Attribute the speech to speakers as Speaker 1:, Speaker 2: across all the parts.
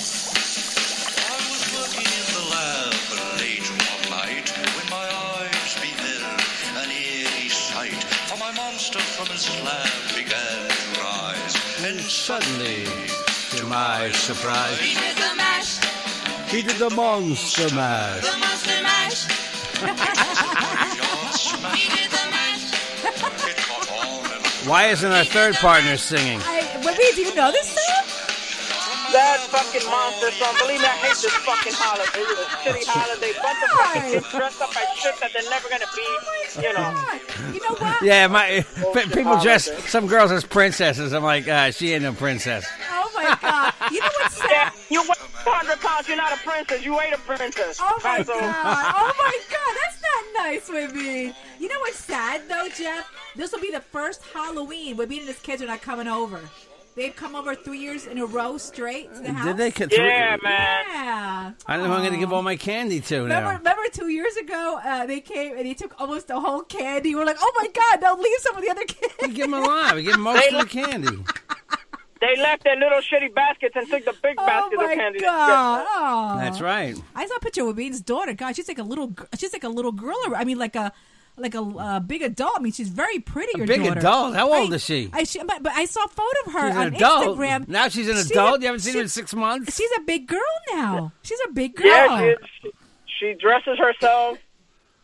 Speaker 1: I was working in the lab late one night when my eyes beheld an eerie sight. For my monster from his slab began to rise.
Speaker 2: And suddenly, to my surprise,
Speaker 3: He did the mash,
Speaker 2: he did the monster mash.
Speaker 3: the monster mash.
Speaker 1: Just smack,
Speaker 3: He did the mash.
Speaker 1: it caught on and
Speaker 2: Why isn't our third partner singing?
Speaker 4: I, wait, do you know this song?
Speaker 5: That fucking monster song. Believe me, I hate this fucking holiday. It was a shitty holiday. Bunch of fucking kids dressed up as shit that they're never gonna be. You know.
Speaker 4: Oh You know what?
Speaker 6: Yeah, my pe- people
Speaker 5: holiday.
Speaker 6: dress some girls as princesses. I'm like, ah, she ain't no princess.
Speaker 4: Oh my god. You know what's
Speaker 5: Yeah,
Speaker 4: sad?
Speaker 5: you weigh 200 pounds. You're not a princess. You ain't a princess.
Speaker 4: Oh my
Speaker 5: Right, so-
Speaker 4: god. Oh my god. That's not nice with me. You know what's sad though, Jeff? This will be the first Halloween where me and his kids are not coming over. They've come over three years in a row straight to the house.
Speaker 6: Did they? Get through?
Speaker 5: Yeah, man.
Speaker 4: Yeah.
Speaker 6: I don't know who I'm gonna give all my candy to
Speaker 4: Remember,
Speaker 6: now.
Speaker 4: remember two years ago, uh, they came and they took almost the whole candy. We're like, oh my god, now leave some of the other
Speaker 6: We
Speaker 4: kids.
Speaker 6: give them a lot. We give 'em most of the candy.
Speaker 5: They left their little shitty baskets and took the big
Speaker 4: Oh
Speaker 5: baskets of
Speaker 4: my
Speaker 5: candy.
Speaker 4: god. Oh.
Speaker 6: That's right.
Speaker 4: I saw a picture of Wayne's daughter. God, she's like a little. gir- She's like a little girl. or- I mean, like a like a uh, big adult. I mean, she's very pretty. Your
Speaker 6: big
Speaker 4: daughter.
Speaker 6: adult? How old
Speaker 4: I-
Speaker 6: is she?
Speaker 4: I, she but, but I saw a photo of her
Speaker 6: She's
Speaker 4: on
Speaker 6: an adult.
Speaker 4: Instagram.
Speaker 6: Now she's an
Speaker 4: She's
Speaker 6: adult.
Speaker 4: a-
Speaker 6: you haven't seen her in
Speaker 4: she's-
Speaker 6: six months.
Speaker 4: She's a big girl now. She's a big girl.
Speaker 5: Yeah, she, is- she, she dresses herself.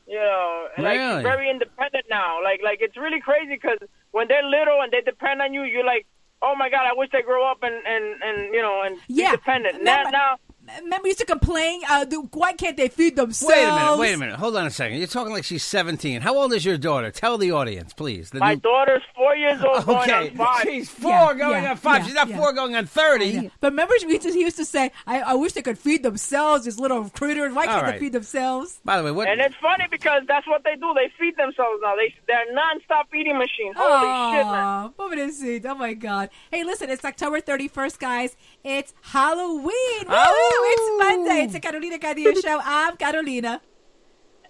Speaker 5: You know, and, like
Speaker 6: Really?
Speaker 5: she's very independent now. Like, like it's really crazy because when they're little and they depend on you, you're like, oh my god, I wish they grow up and and and you know and
Speaker 4: Yeah.
Speaker 5: be dependent.
Speaker 4: Remember-
Speaker 5: Now, now
Speaker 4: Remember, we used to complain. Uh, the- why can't they feed themselves?
Speaker 6: Wait a minute. Wait a minute. Hold on a second. You're talking like she's 17. How old is your daughter? Tell the audience, please. The
Speaker 5: my
Speaker 6: new-
Speaker 5: daughter's four years old, going
Speaker 6: Okay.
Speaker 5: on five.
Speaker 6: She's four
Speaker 4: Yeah,
Speaker 6: going
Speaker 4: yeah,
Speaker 6: on five.
Speaker 4: yeah,
Speaker 6: she's not
Speaker 4: yeah.
Speaker 6: four going on 30.
Speaker 4: Yeah. But remember, we used to, he used to say, I, "I wish they could feed themselves." These little critters. Why can't
Speaker 6: right.
Speaker 4: they feed themselves?
Speaker 6: By the way, what?
Speaker 5: And it's funny because that's what they do. They feed themselves now. They they're non-stop eating machines. Holy shit, man.
Speaker 4: Aw, pobrecito. Oh my God. Hey, listen, it's October 31st, guys. It's Halloween. Woo!
Speaker 6: Oh.
Speaker 4: It's Monday. It's the Carolina Cadillo Show. I'm Carolina.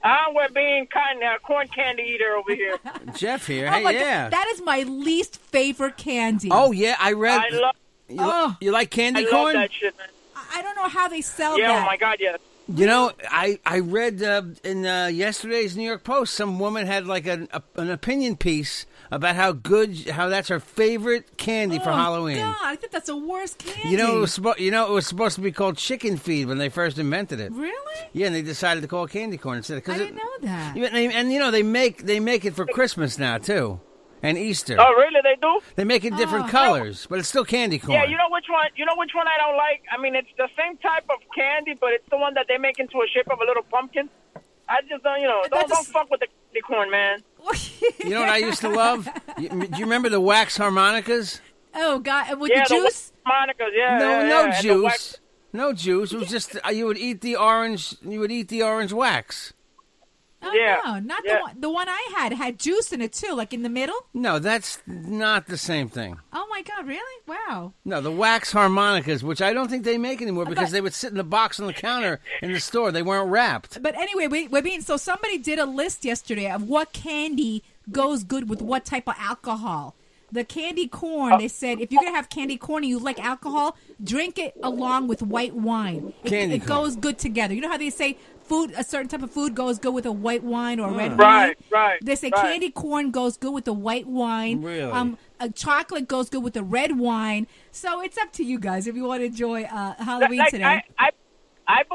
Speaker 5: Ah, we're being kind of corn candy eater over here.
Speaker 6: Jeff here.
Speaker 4: oh
Speaker 6: Hey,
Speaker 4: my
Speaker 6: yeah.
Speaker 4: God. That is my least favorite candy.
Speaker 6: oh, yeah. I read.
Speaker 5: I love
Speaker 6: you, li-
Speaker 4: Oh.
Speaker 6: you like candy
Speaker 5: I love
Speaker 6: corn?
Speaker 5: that shit, man.
Speaker 4: I I don't know how they sell
Speaker 5: Yeah,
Speaker 4: that.
Speaker 5: oh my god, yes.
Speaker 6: You know, I I read uh, in uh, yesterday's New York Post some woman had like an a, an opinion piece about how good how that's her favorite candy for
Speaker 4: Oh,
Speaker 6: Halloween.
Speaker 4: God, I think that's the worst candy.
Speaker 6: You know, it was suppo- you know it was supposed to be called chicken feed when they first invented it.
Speaker 4: really?
Speaker 6: Yeah, and they decided to call it candy corn instead
Speaker 4: I
Speaker 6: because
Speaker 4: didn't know that.
Speaker 6: And, they- and, you know they make they make it for Christmas now too, and Easter.
Speaker 5: Oh, really? They do?
Speaker 6: They make it different
Speaker 4: Oh.
Speaker 6: colors, but it's still candy corn.
Speaker 5: Yeah, you know which one? You know which one I don't like? I mean, it's the same type of candy, but it's the one that they make into a shape of a little pumpkin. I just don't, you know,
Speaker 4: That's
Speaker 5: don't,
Speaker 4: a
Speaker 5: don't
Speaker 4: s-
Speaker 5: fuck with the candy corn, man.
Speaker 6: You know what I used to love? You- do you remember the wax harmonicas?
Speaker 4: oh, God. With
Speaker 5: yeah,
Speaker 4: the juice?
Speaker 5: the wax monikers, yeah.
Speaker 6: No, no
Speaker 5: yeah, yeah, and the
Speaker 6: juice.
Speaker 5: wax-
Speaker 6: no juice. It was just uh, you would eat the orange. You would eat the orange wax.
Speaker 4: Oh,
Speaker 5: Yeah,
Speaker 4: no. Not the
Speaker 5: yeah.
Speaker 4: one. The one I had had juice in it, too, like in the middle.
Speaker 6: No, that's not the same thing.
Speaker 4: Oh, my God. Really? Wow.
Speaker 6: No, the wax harmonicas, which I don't think they make anymore because
Speaker 4: But-
Speaker 6: they would sit in the box on the counter in the store. They weren't wrapped.
Speaker 4: But anyway, we, we're being so somebody did a list yesterday of what candy goes good with what type of alcohol. The candy corn. They said if you're gonna have candy corn and you like alcohol, drink it along with white wine. It,
Speaker 6: Candy
Speaker 4: it
Speaker 6: corn.
Speaker 4: goes good together. You know how they say food, a certain type of food goes good with a white wine or a red wine.
Speaker 5: Mm. Right, right,
Speaker 4: They say
Speaker 5: right.
Speaker 4: candy corn goes good with the white wine.
Speaker 6: Really?
Speaker 4: Um, a chocolate goes good with the red wine. So it's up to you guys if you want to enjoy uh, Halloween
Speaker 5: like,
Speaker 4: today.
Speaker 5: I, I, I be-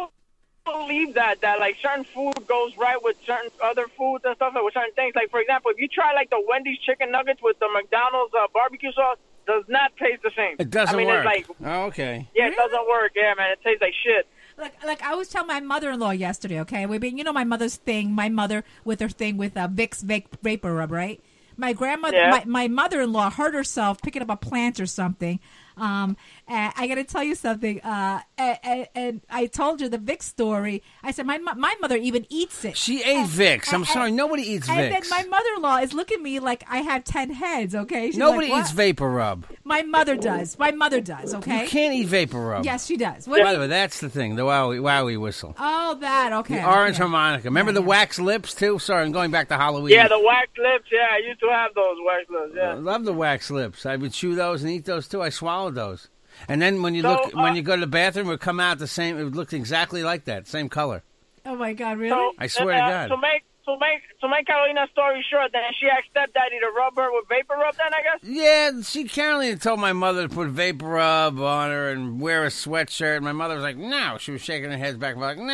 Speaker 5: believe that that like certain food goes right with certain other foods and stuff like with certain things. Like for example, if you try like the Wendy's chicken nuggets with the McDonald's uh, barbecue sauce, does not taste the same.
Speaker 6: It doesn't
Speaker 5: I mean,
Speaker 6: work.
Speaker 5: It's like
Speaker 6: oh, okay.
Speaker 5: yeah, it doesn't work. Yeah, man, it tastes like shit.
Speaker 4: Like, like I was telling my mother-in-law yesterday. Okay, we being, you know, my mother's thing. My mother with her thing with uh, Vicks vape, vapor rub, right? My grandmother,
Speaker 5: Yeah.
Speaker 4: my, my mother-in-law hurt herself picking up a plant or something. Um, and I got to tell you something. Uh, and, and I told you the Vicks story. I said my mo- my mother even eats it.
Speaker 6: She ate Vicks. I'm sorry. Nobody eats
Speaker 4: and then
Speaker 6: Vicks.
Speaker 4: my mother-in-law is looking at me like I have ten heads. Okay, She's
Speaker 6: Nobody
Speaker 4: like,
Speaker 6: eats
Speaker 4: "What?"
Speaker 6: vapor rub.
Speaker 4: My mother does. My mother does.
Speaker 6: You
Speaker 4: Okay.
Speaker 6: can't eat vapor rub.
Speaker 4: Yes, she does. What-
Speaker 6: By the way, that's the thing. The wowie wowie whistle.
Speaker 4: Oh, that okay.
Speaker 6: The orange
Speaker 4: okay.
Speaker 6: harmonica. Remember the wax lips too? Sorry, I'm going back to Halloween.
Speaker 5: Yeah, the wax lips. Yeah, I used to have those wax lips.
Speaker 6: I
Speaker 5: Yeah.
Speaker 6: love the wax lips. I would chew those and eat those too. I swallowed those. And then when you
Speaker 5: So,
Speaker 6: look, when
Speaker 5: uh,
Speaker 6: you go to the bathroom, it would come out the same. It would look exactly like that, same color.
Speaker 4: Oh my God, really?
Speaker 5: Uh, So,
Speaker 6: I swear to God.
Speaker 5: To make to make to make Carolina's story short, then she asked stepdaddy to rub her with vapor rub. Then I guess.
Speaker 6: Yeah, she Caroline told my mother to put vapor rub on her and wear a sweatshirt. My mother was like, "No," she was shaking her head back, like, "No,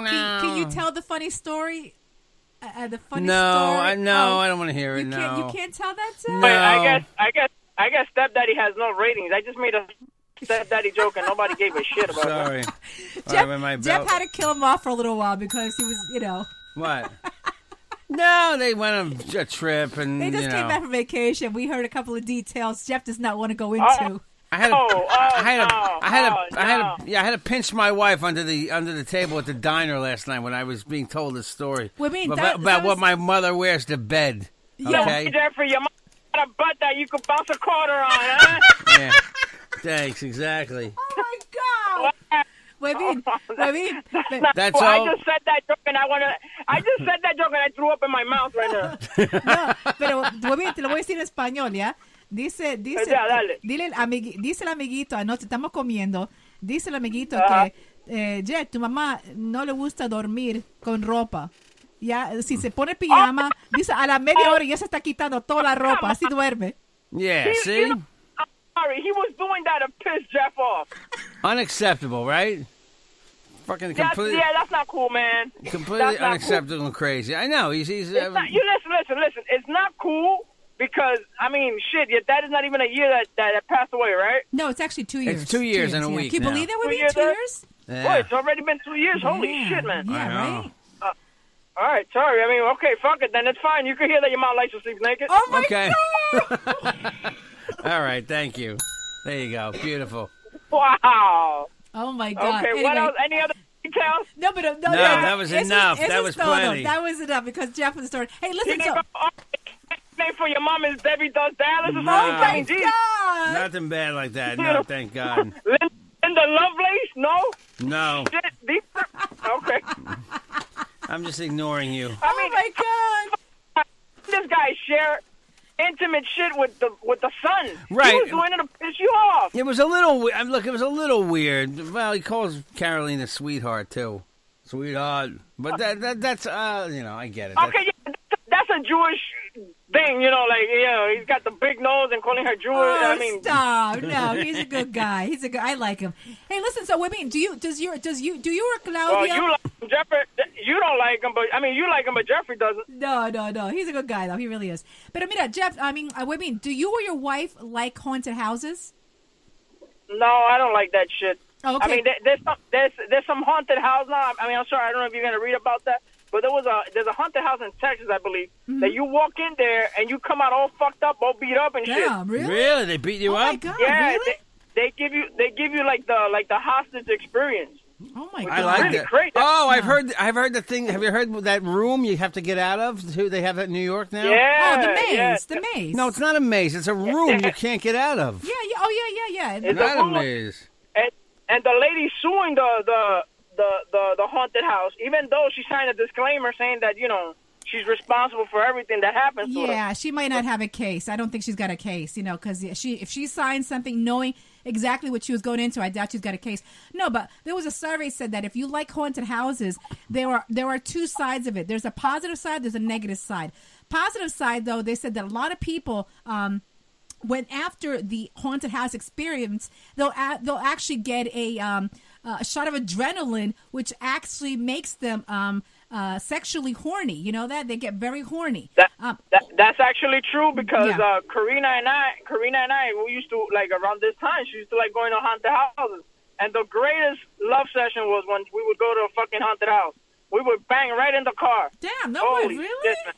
Speaker 6: no."
Speaker 4: Can, can you tell the funny story? Uh, Uh, the funny
Speaker 6: No,
Speaker 4: story.
Speaker 6: I- no,
Speaker 4: Oh,
Speaker 6: I don't wanna hear it,
Speaker 4: You can't.
Speaker 6: no.
Speaker 4: You can't tell that. Zach?
Speaker 6: No.
Speaker 5: Wait, I guess I guess I guess stepdaddy has no ratings. I just made a stepdaddy joke and nobody gave a shit about it.
Speaker 6: Sorry. All right,
Speaker 4: Jeff,
Speaker 6: with my
Speaker 4: Jeff
Speaker 6: belt.
Speaker 4: had to kill him off for a little while because he was, you know,
Speaker 6: what? No, they went on a trip and
Speaker 4: they just
Speaker 6: you know,
Speaker 4: came back from vacation. We heard a couple of details. Jeff does not want to
Speaker 6: Oh.
Speaker 4: go into.
Speaker 6: I had a,
Speaker 5: Oh, oh,
Speaker 6: I had a,
Speaker 5: no,
Speaker 6: I had a,
Speaker 5: oh,
Speaker 6: I had a,
Speaker 5: no.
Speaker 6: yeah, I had to pinch my wife under the under the table at the diner last night when I was being told this story
Speaker 4: Well, I mean,
Speaker 6: about,
Speaker 4: that-
Speaker 6: about
Speaker 4: that
Speaker 6: what
Speaker 4: was-
Speaker 6: my mother wears to bed. Okay,
Speaker 5: Hey, Jeffrey, your mom got a butt that you could bounce a quarter on, huh?
Speaker 6: yeah. thanks, exactly.
Speaker 4: Oh my God! Wait, wait, wait, wait.
Speaker 6: That's
Speaker 5: well,
Speaker 6: all.
Speaker 5: I just said that joke and I wanna. I just said that joke and I threw up in my mouth right now.
Speaker 4: No, pero voy bien, te lo voy a decir en español, ¿ya? Dice, dice,
Speaker 5: Ya, dale.
Speaker 4: dile el amigui- dice el amiguito, anoche estamos comiendo, dice el amiguito que, eh, Jet, tu mamá no le gusta dormir con ropa. Ya, si se
Speaker 5: Ah.
Speaker 4: pone pijama, dice a la media hora ya se está quitando toda la ropa, así duerme.
Speaker 6: Yeah,
Speaker 5: He-
Speaker 6: see,
Speaker 5: he- I'm sorry, he was doing that to piss Jeff off.
Speaker 6: unacceptable, right? Fucking
Speaker 5: That's,
Speaker 6: completely,
Speaker 5: yeah, that's not cool, man.
Speaker 6: completely
Speaker 5: that's not
Speaker 6: unacceptable and crazy. I know he's he's.
Speaker 5: It's not, you listen, listen, listen. It's not cool because I mean, shit. Your dad is not even a year that that, that passed away, right?
Speaker 4: No, it's actually two years.
Speaker 6: It's two years in a
Speaker 4: yeah.
Speaker 6: week
Speaker 4: Can you
Speaker 6: now.
Speaker 4: believe that
Speaker 5: Two
Speaker 4: would be
Speaker 5: years
Speaker 4: two
Speaker 5: there?
Speaker 4: years?
Speaker 5: Boy,
Speaker 6: yeah.
Speaker 5: it's already been two years. Holy
Speaker 4: Yeah.
Speaker 5: shit, man.
Speaker 4: Yeah,
Speaker 6: I know.
Speaker 4: right?
Speaker 5: All right, sorry. I mean, okay, fuck it. Then it's fine. You can hear that your mom likes to sleep naked.
Speaker 4: Oh my
Speaker 6: Okay.
Speaker 4: God!
Speaker 6: All right, thank you. There you go, beautiful.
Speaker 5: Wow.
Speaker 4: Oh my
Speaker 5: Okay.
Speaker 4: God.
Speaker 5: What
Speaker 4: Anyway,
Speaker 5: else? Any other details?
Speaker 4: No, but uh, no,
Speaker 6: No,
Speaker 4: yeah,
Speaker 6: that was
Speaker 4: it's-
Speaker 6: enough.
Speaker 4: it's-
Speaker 6: That
Speaker 4: it's
Speaker 6: was
Speaker 4: no, no,
Speaker 6: plenty.
Speaker 4: that was enough because Jeff was starting. Hey,
Speaker 5: You
Speaker 4: listen,
Speaker 5: think
Speaker 4: so,
Speaker 5: about- oh, Name for your mom is Debbie Does Dallas or something.
Speaker 6: No.
Speaker 5: I mean, geez.
Speaker 4: Oh God.
Speaker 6: Nothing bad like that. No, thank God.
Speaker 5: Lin- Linda Lovelace? No.
Speaker 6: No,
Speaker 5: Shit. These- Okay.
Speaker 6: I'm just ignoring you.
Speaker 5: I
Speaker 4: oh
Speaker 5: mean,
Speaker 4: my God!
Speaker 5: this guy share intimate shit with the with the son.
Speaker 6: Right.
Speaker 5: He was going to piss you off.
Speaker 6: It was a little we- I- look. It was a little weird. Well, he calls Caroline a sweetheart too, sweetheart. But that, that that's uh, you know, I get it.
Speaker 5: Okay, yeah, that's a Jewish thing, you know. Like, you know, he's got the big nose and calling her Jewish.
Speaker 4: Oh,
Speaker 5: I mean,
Speaker 4: stop! No, he's a good guy. He's a good. I like him. Hey, listen. So, women, do you does your does you do you or
Speaker 5: well,
Speaker 4: Claudia?
Speaker 5: Oh, uh, you like him, Jeffrey. You don't like him, but I mean, you like him, but Jeffrey doesn't.
Speaker 4: no, no, no. He's a good guy though. He really is. But mira, Jeff. I mean, uh, women, do you or your wife like haunted houses?
Speaker 5: No, I don't like that shit.
Speaker 4: Oh,
Speaker 5: I
Speaker 4: okay.
Speaker 5: mean, there, there's some there's there's some haunted house now. I mean, I'm sorry, I don't know if you're gonna read about that, but there was a there's a haunted house in Texas, I believe,
Speaker 4: Mm-hmm.
Speaker 5: that you walk in there and you come out all fucked up, all beat up and shit.
Speaker 4: Damn, really?
Speaker 6: Really? They beat you
Speaker 4: Oh my
Speaker 6: up?
Speaker 4: God!
Speaker 5: Yeah,
Speaker 4: really?
Speaker 5: they, they give you they give you like the like the hostage experience.
Speaker 4: Oh my God!
Speaker 6: I like
Speaker 5: Really
Speaker 6: that.
Speaker 5: great.
Speaker 6: Oh, I've heard. I've heard the thing. Have you heard that room you have to get out of? Who they have that in New York now?
Speaker 5: Yeah.
Speaker 4: Oh, the maze,
Speaker 5: yeah.
Speaker 4: the maze.
Speaker 6: No, it's not a maze. It's a room you can't get out of.
Speaker 4: Yeah, yeah. Oh, yeah, yeah, yeah.
Speaker 5: It's
Speaker 6: Not
Speaker 5: a
Speaker 6: a
Speaker 5: room.
Speaker 6: maze.
Speaker 5: And and the lady suing the the the the, the haunted house, even though she signed a disclaimer saying that you know she's responsible for everything that happens to her.
Speaker 4: Yeah, she might not have a case. I don't think she's got a case, you know, because she if she signed something knowing exactly what she was going into, I doubt she's got a case. No, but there was a survey said that if you like haunted houses, there are there are two sides of it. There's a positive side. There's a negative side. Positive side, though, they said that a lot of people. Um, when after the haunted house experience, they'll a- they'll actually get a um, uh, a shot of adrenaline, which actually makes them um, uh, sexually horny. You know that they get very horny.
Speaker 5: That,
Speaker 4: um,
Speaker 5: that that's actually true because
Speaker 4: Yeah.
Speaker 5: uh, Karina and I, Karina and I, we used to like around this time. She used to like going to haunted houses, and the greatest love session was when we would go to a fucking haunted house. We would bang right in the car.
Speaker 4: Damn, no
Speaker 5: Holy
Speaker 4: way, really?
Speaker 5: shit, man.
Speaker 4: Mm.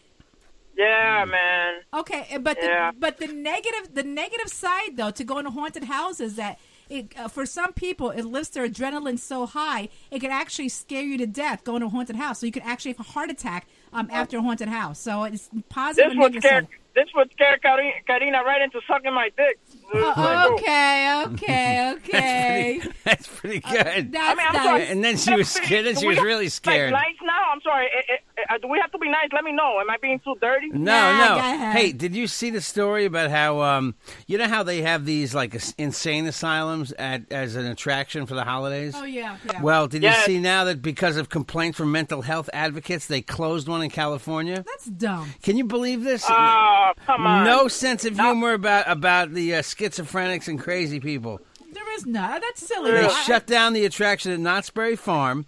Speaker 5: Yeah, man.
Speaker 4: Okay, and- but the,
Speaker 5: Yeah.
Speaker 4: but the negative the negative side though to going to haunted houses that it uh, for some people it lifts their adrenaline so high it can actually scare you to death going to a haunted house. So you could actually have a heart attack um, after a haunted house. So it's positive.
Speaker 5: This
Speaker 4: and
Speaker 5: would
Speaker 4: negative
Speaker 5: scare.
Speaker 4: side.
Speaker 5: This would scare Karina, Karina right into sucking my dick.
Speaker 4: Oh, okay, okay, okay.
Speaker 6: That's pretty
Speaker 5: Uh,
Speaker 6: good.
Speaker 4: That's
Speaker 5: I mean, I'm
Speaker 4: nice.
Speaker 5: sorry.
Speaker 6: And then she was scared. Then she
Speaker 5: Do we
Speaker 6: was
Speaker 5: have
Speaker 6: really
Speaker 5: to be,
Speaker 6: scared.
Speaker 5: Like, nice now. I'm sorry. Eh, eh, eh, do we have to be nice? Let me know. Am I being too dirty?
Speaker 6: No,
Speaker 4: Nah,
Speaker 6: no.
Speaker 4: go ahead.
Speaker 6: Hey, did you see the story about how um, you know how they have these like as- insane asylums at as an attraction for the holidays?
Speaker 4: Oh, yeah, yeah.
Speaker 6: Well, did
Speaker 5: Yes.
Speaker 6: you see now that because of complaints from mental health advocates, they closed one in California?
Speaker 4: That's dumb.
Speaker 6: Can you believe this?
Speaker 5: Oh, come on.
Speaker 6: no sense of humor about about the uh, schizophrenics and crazy people.
Speaker 4: There is not. That's silly.
Speaker 6: They
Speaker 4: I-
Speaker 6: shut down the attraction at Knott's Berry Farm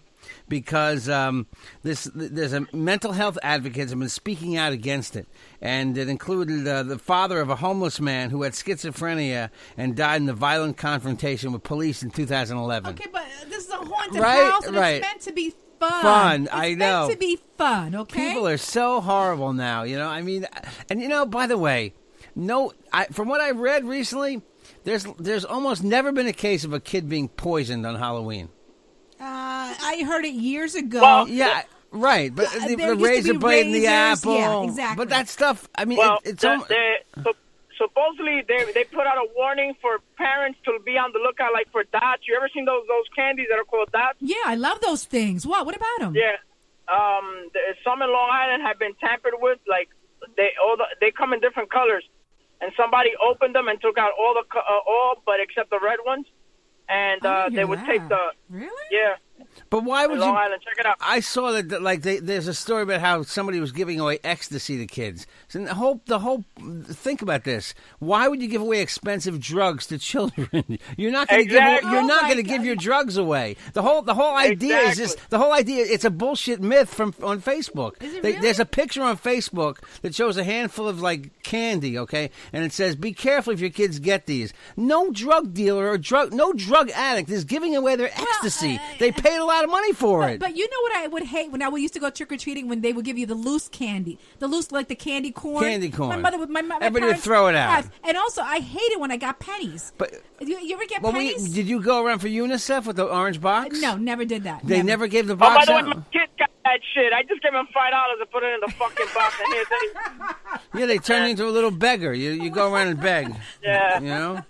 Speaker 6: because um, this th- there's a mental health advocates have been speaking out against it, and it included uh, the father of a homeless man who had schizophrenia and died in a violent confrontation with police in 2011.
Speaker 4: Okay, but this is a haunted
Speaker 6: Right,
Speaker 4: house, and
Speaker 6: right.
Speaker 4: it's meant to be fun.
Speaker 6: Fun,
Speaker 4: It's
Speaker 6: I
Speaker 4: meant
Speaker 6: know.
Speaker 4: to be fun. Okay.
Speaker 6: People are so horrible now, you know. I mean, and you know, by the way, no, I, from what I read recently, there's there's almost never been a case of a kid being poisoned on Halloween.
Speaker 4: Uh, I heard it years ago.
Speaker 5: Well,
Speaker 6: Yeah, right. But
Speaker 4: Oh. Yeah,
Speaker 6: the, the
Speaker 4: there used to
Speaker 6: razor
Speaker 4: be
Speaker 6: blade and the
Speaker 4: razors.
Speaker 6: apple.
Speaker 4: Yeah, exactly.
Speaker 6: But that stuff, I mean,
Speaker 5: Well,
Speaker 6: it, it's
Speaker 5: the-
Speaker 6: almost.
Speaker 5: they- sup- supposedly they they put out a warning for parents to be on the lookout, like for dots. You ever seen those those candies that are called dots?
Speaker 4: yeah, I love those things. What? What about them?
Speaker 5: Yeah. Um, the, some in Long Island have been tampered with. Like they all the, they come in different colors, and somebody opened them and took out all the co- uh, all but except the red ones, and
Speaker 4: I
Speaker 5: uh,
Speaker 4: didn't
Speaker 5: they
Speaker 4: hear
Speaker 5: would
Speaker 4: that.
Speaker 5: take the
Speaker 4: Really?
Speaker 5: yeah
Speaker 6: But why would
Speaker 5: in
Speaker 6: you?
Speaker 5: Long Island. Check it out.
Speaker 6: I saw that, that, like they, there's a story about how somebody was giving away ecstasy to kids. So the whole the whole think about this. Why would you give away expensive drugs to children? You're not going to give
Speaker 5: Exactly.
Speaker 6: you're
Speaker 4: Oh
Speaker 6: not
Speaker 4: my
Speaker 6: going to give your drugs away. The whole the whole idea is
Speaker 5: Exactly.
Speaker 6: just the whole idea. It's a bullshit myth from on Facebook.
Speaker 4: Is it
Speaker 6: They-
Speaker 4: really?
Speaker 6: There's a picture on Facebook that shows a handful of like candy, okay, and it says, "Be careful if your kids get these." No drug dealer or drug no drug addict is giving away their ecstasy. they paid a lot of money for it.
Speaker 4: uh, But you know what I would hate when I would used to go trick or treating when they would give you the loose candy, the loose like the candy corn.
Speaker 6: Candy corn.
Speaker 4: My mother would my, my my
Speaker 6: Everybody would
Speaker 4: parents-
Speaker 6: throw it out.
Speaker 4: Yes. And also, I hated when I got pennies.
Speaker 6: But-
Speaker 4: you, you ever get
Speaker 6: Well, we,
Speaker 4: pennies?
Speaker 6: did you go around for UNICEF with the orange box?
Speaker 4: no, never did that.
Speaker 6: They never, gave the
Speaker 5: Oh, by
Speaker 6: box
Speaker 5: the way,
Speaker 6: out.
Speaker 5: my kid got that shit. I just gave him five dollars and put it in the fucking box. And here's any-
Speaker 6: yeah, they turned you into a little beggar. You you go around and beg.
Speaker 5: Yeah.
Speaker 6: You know?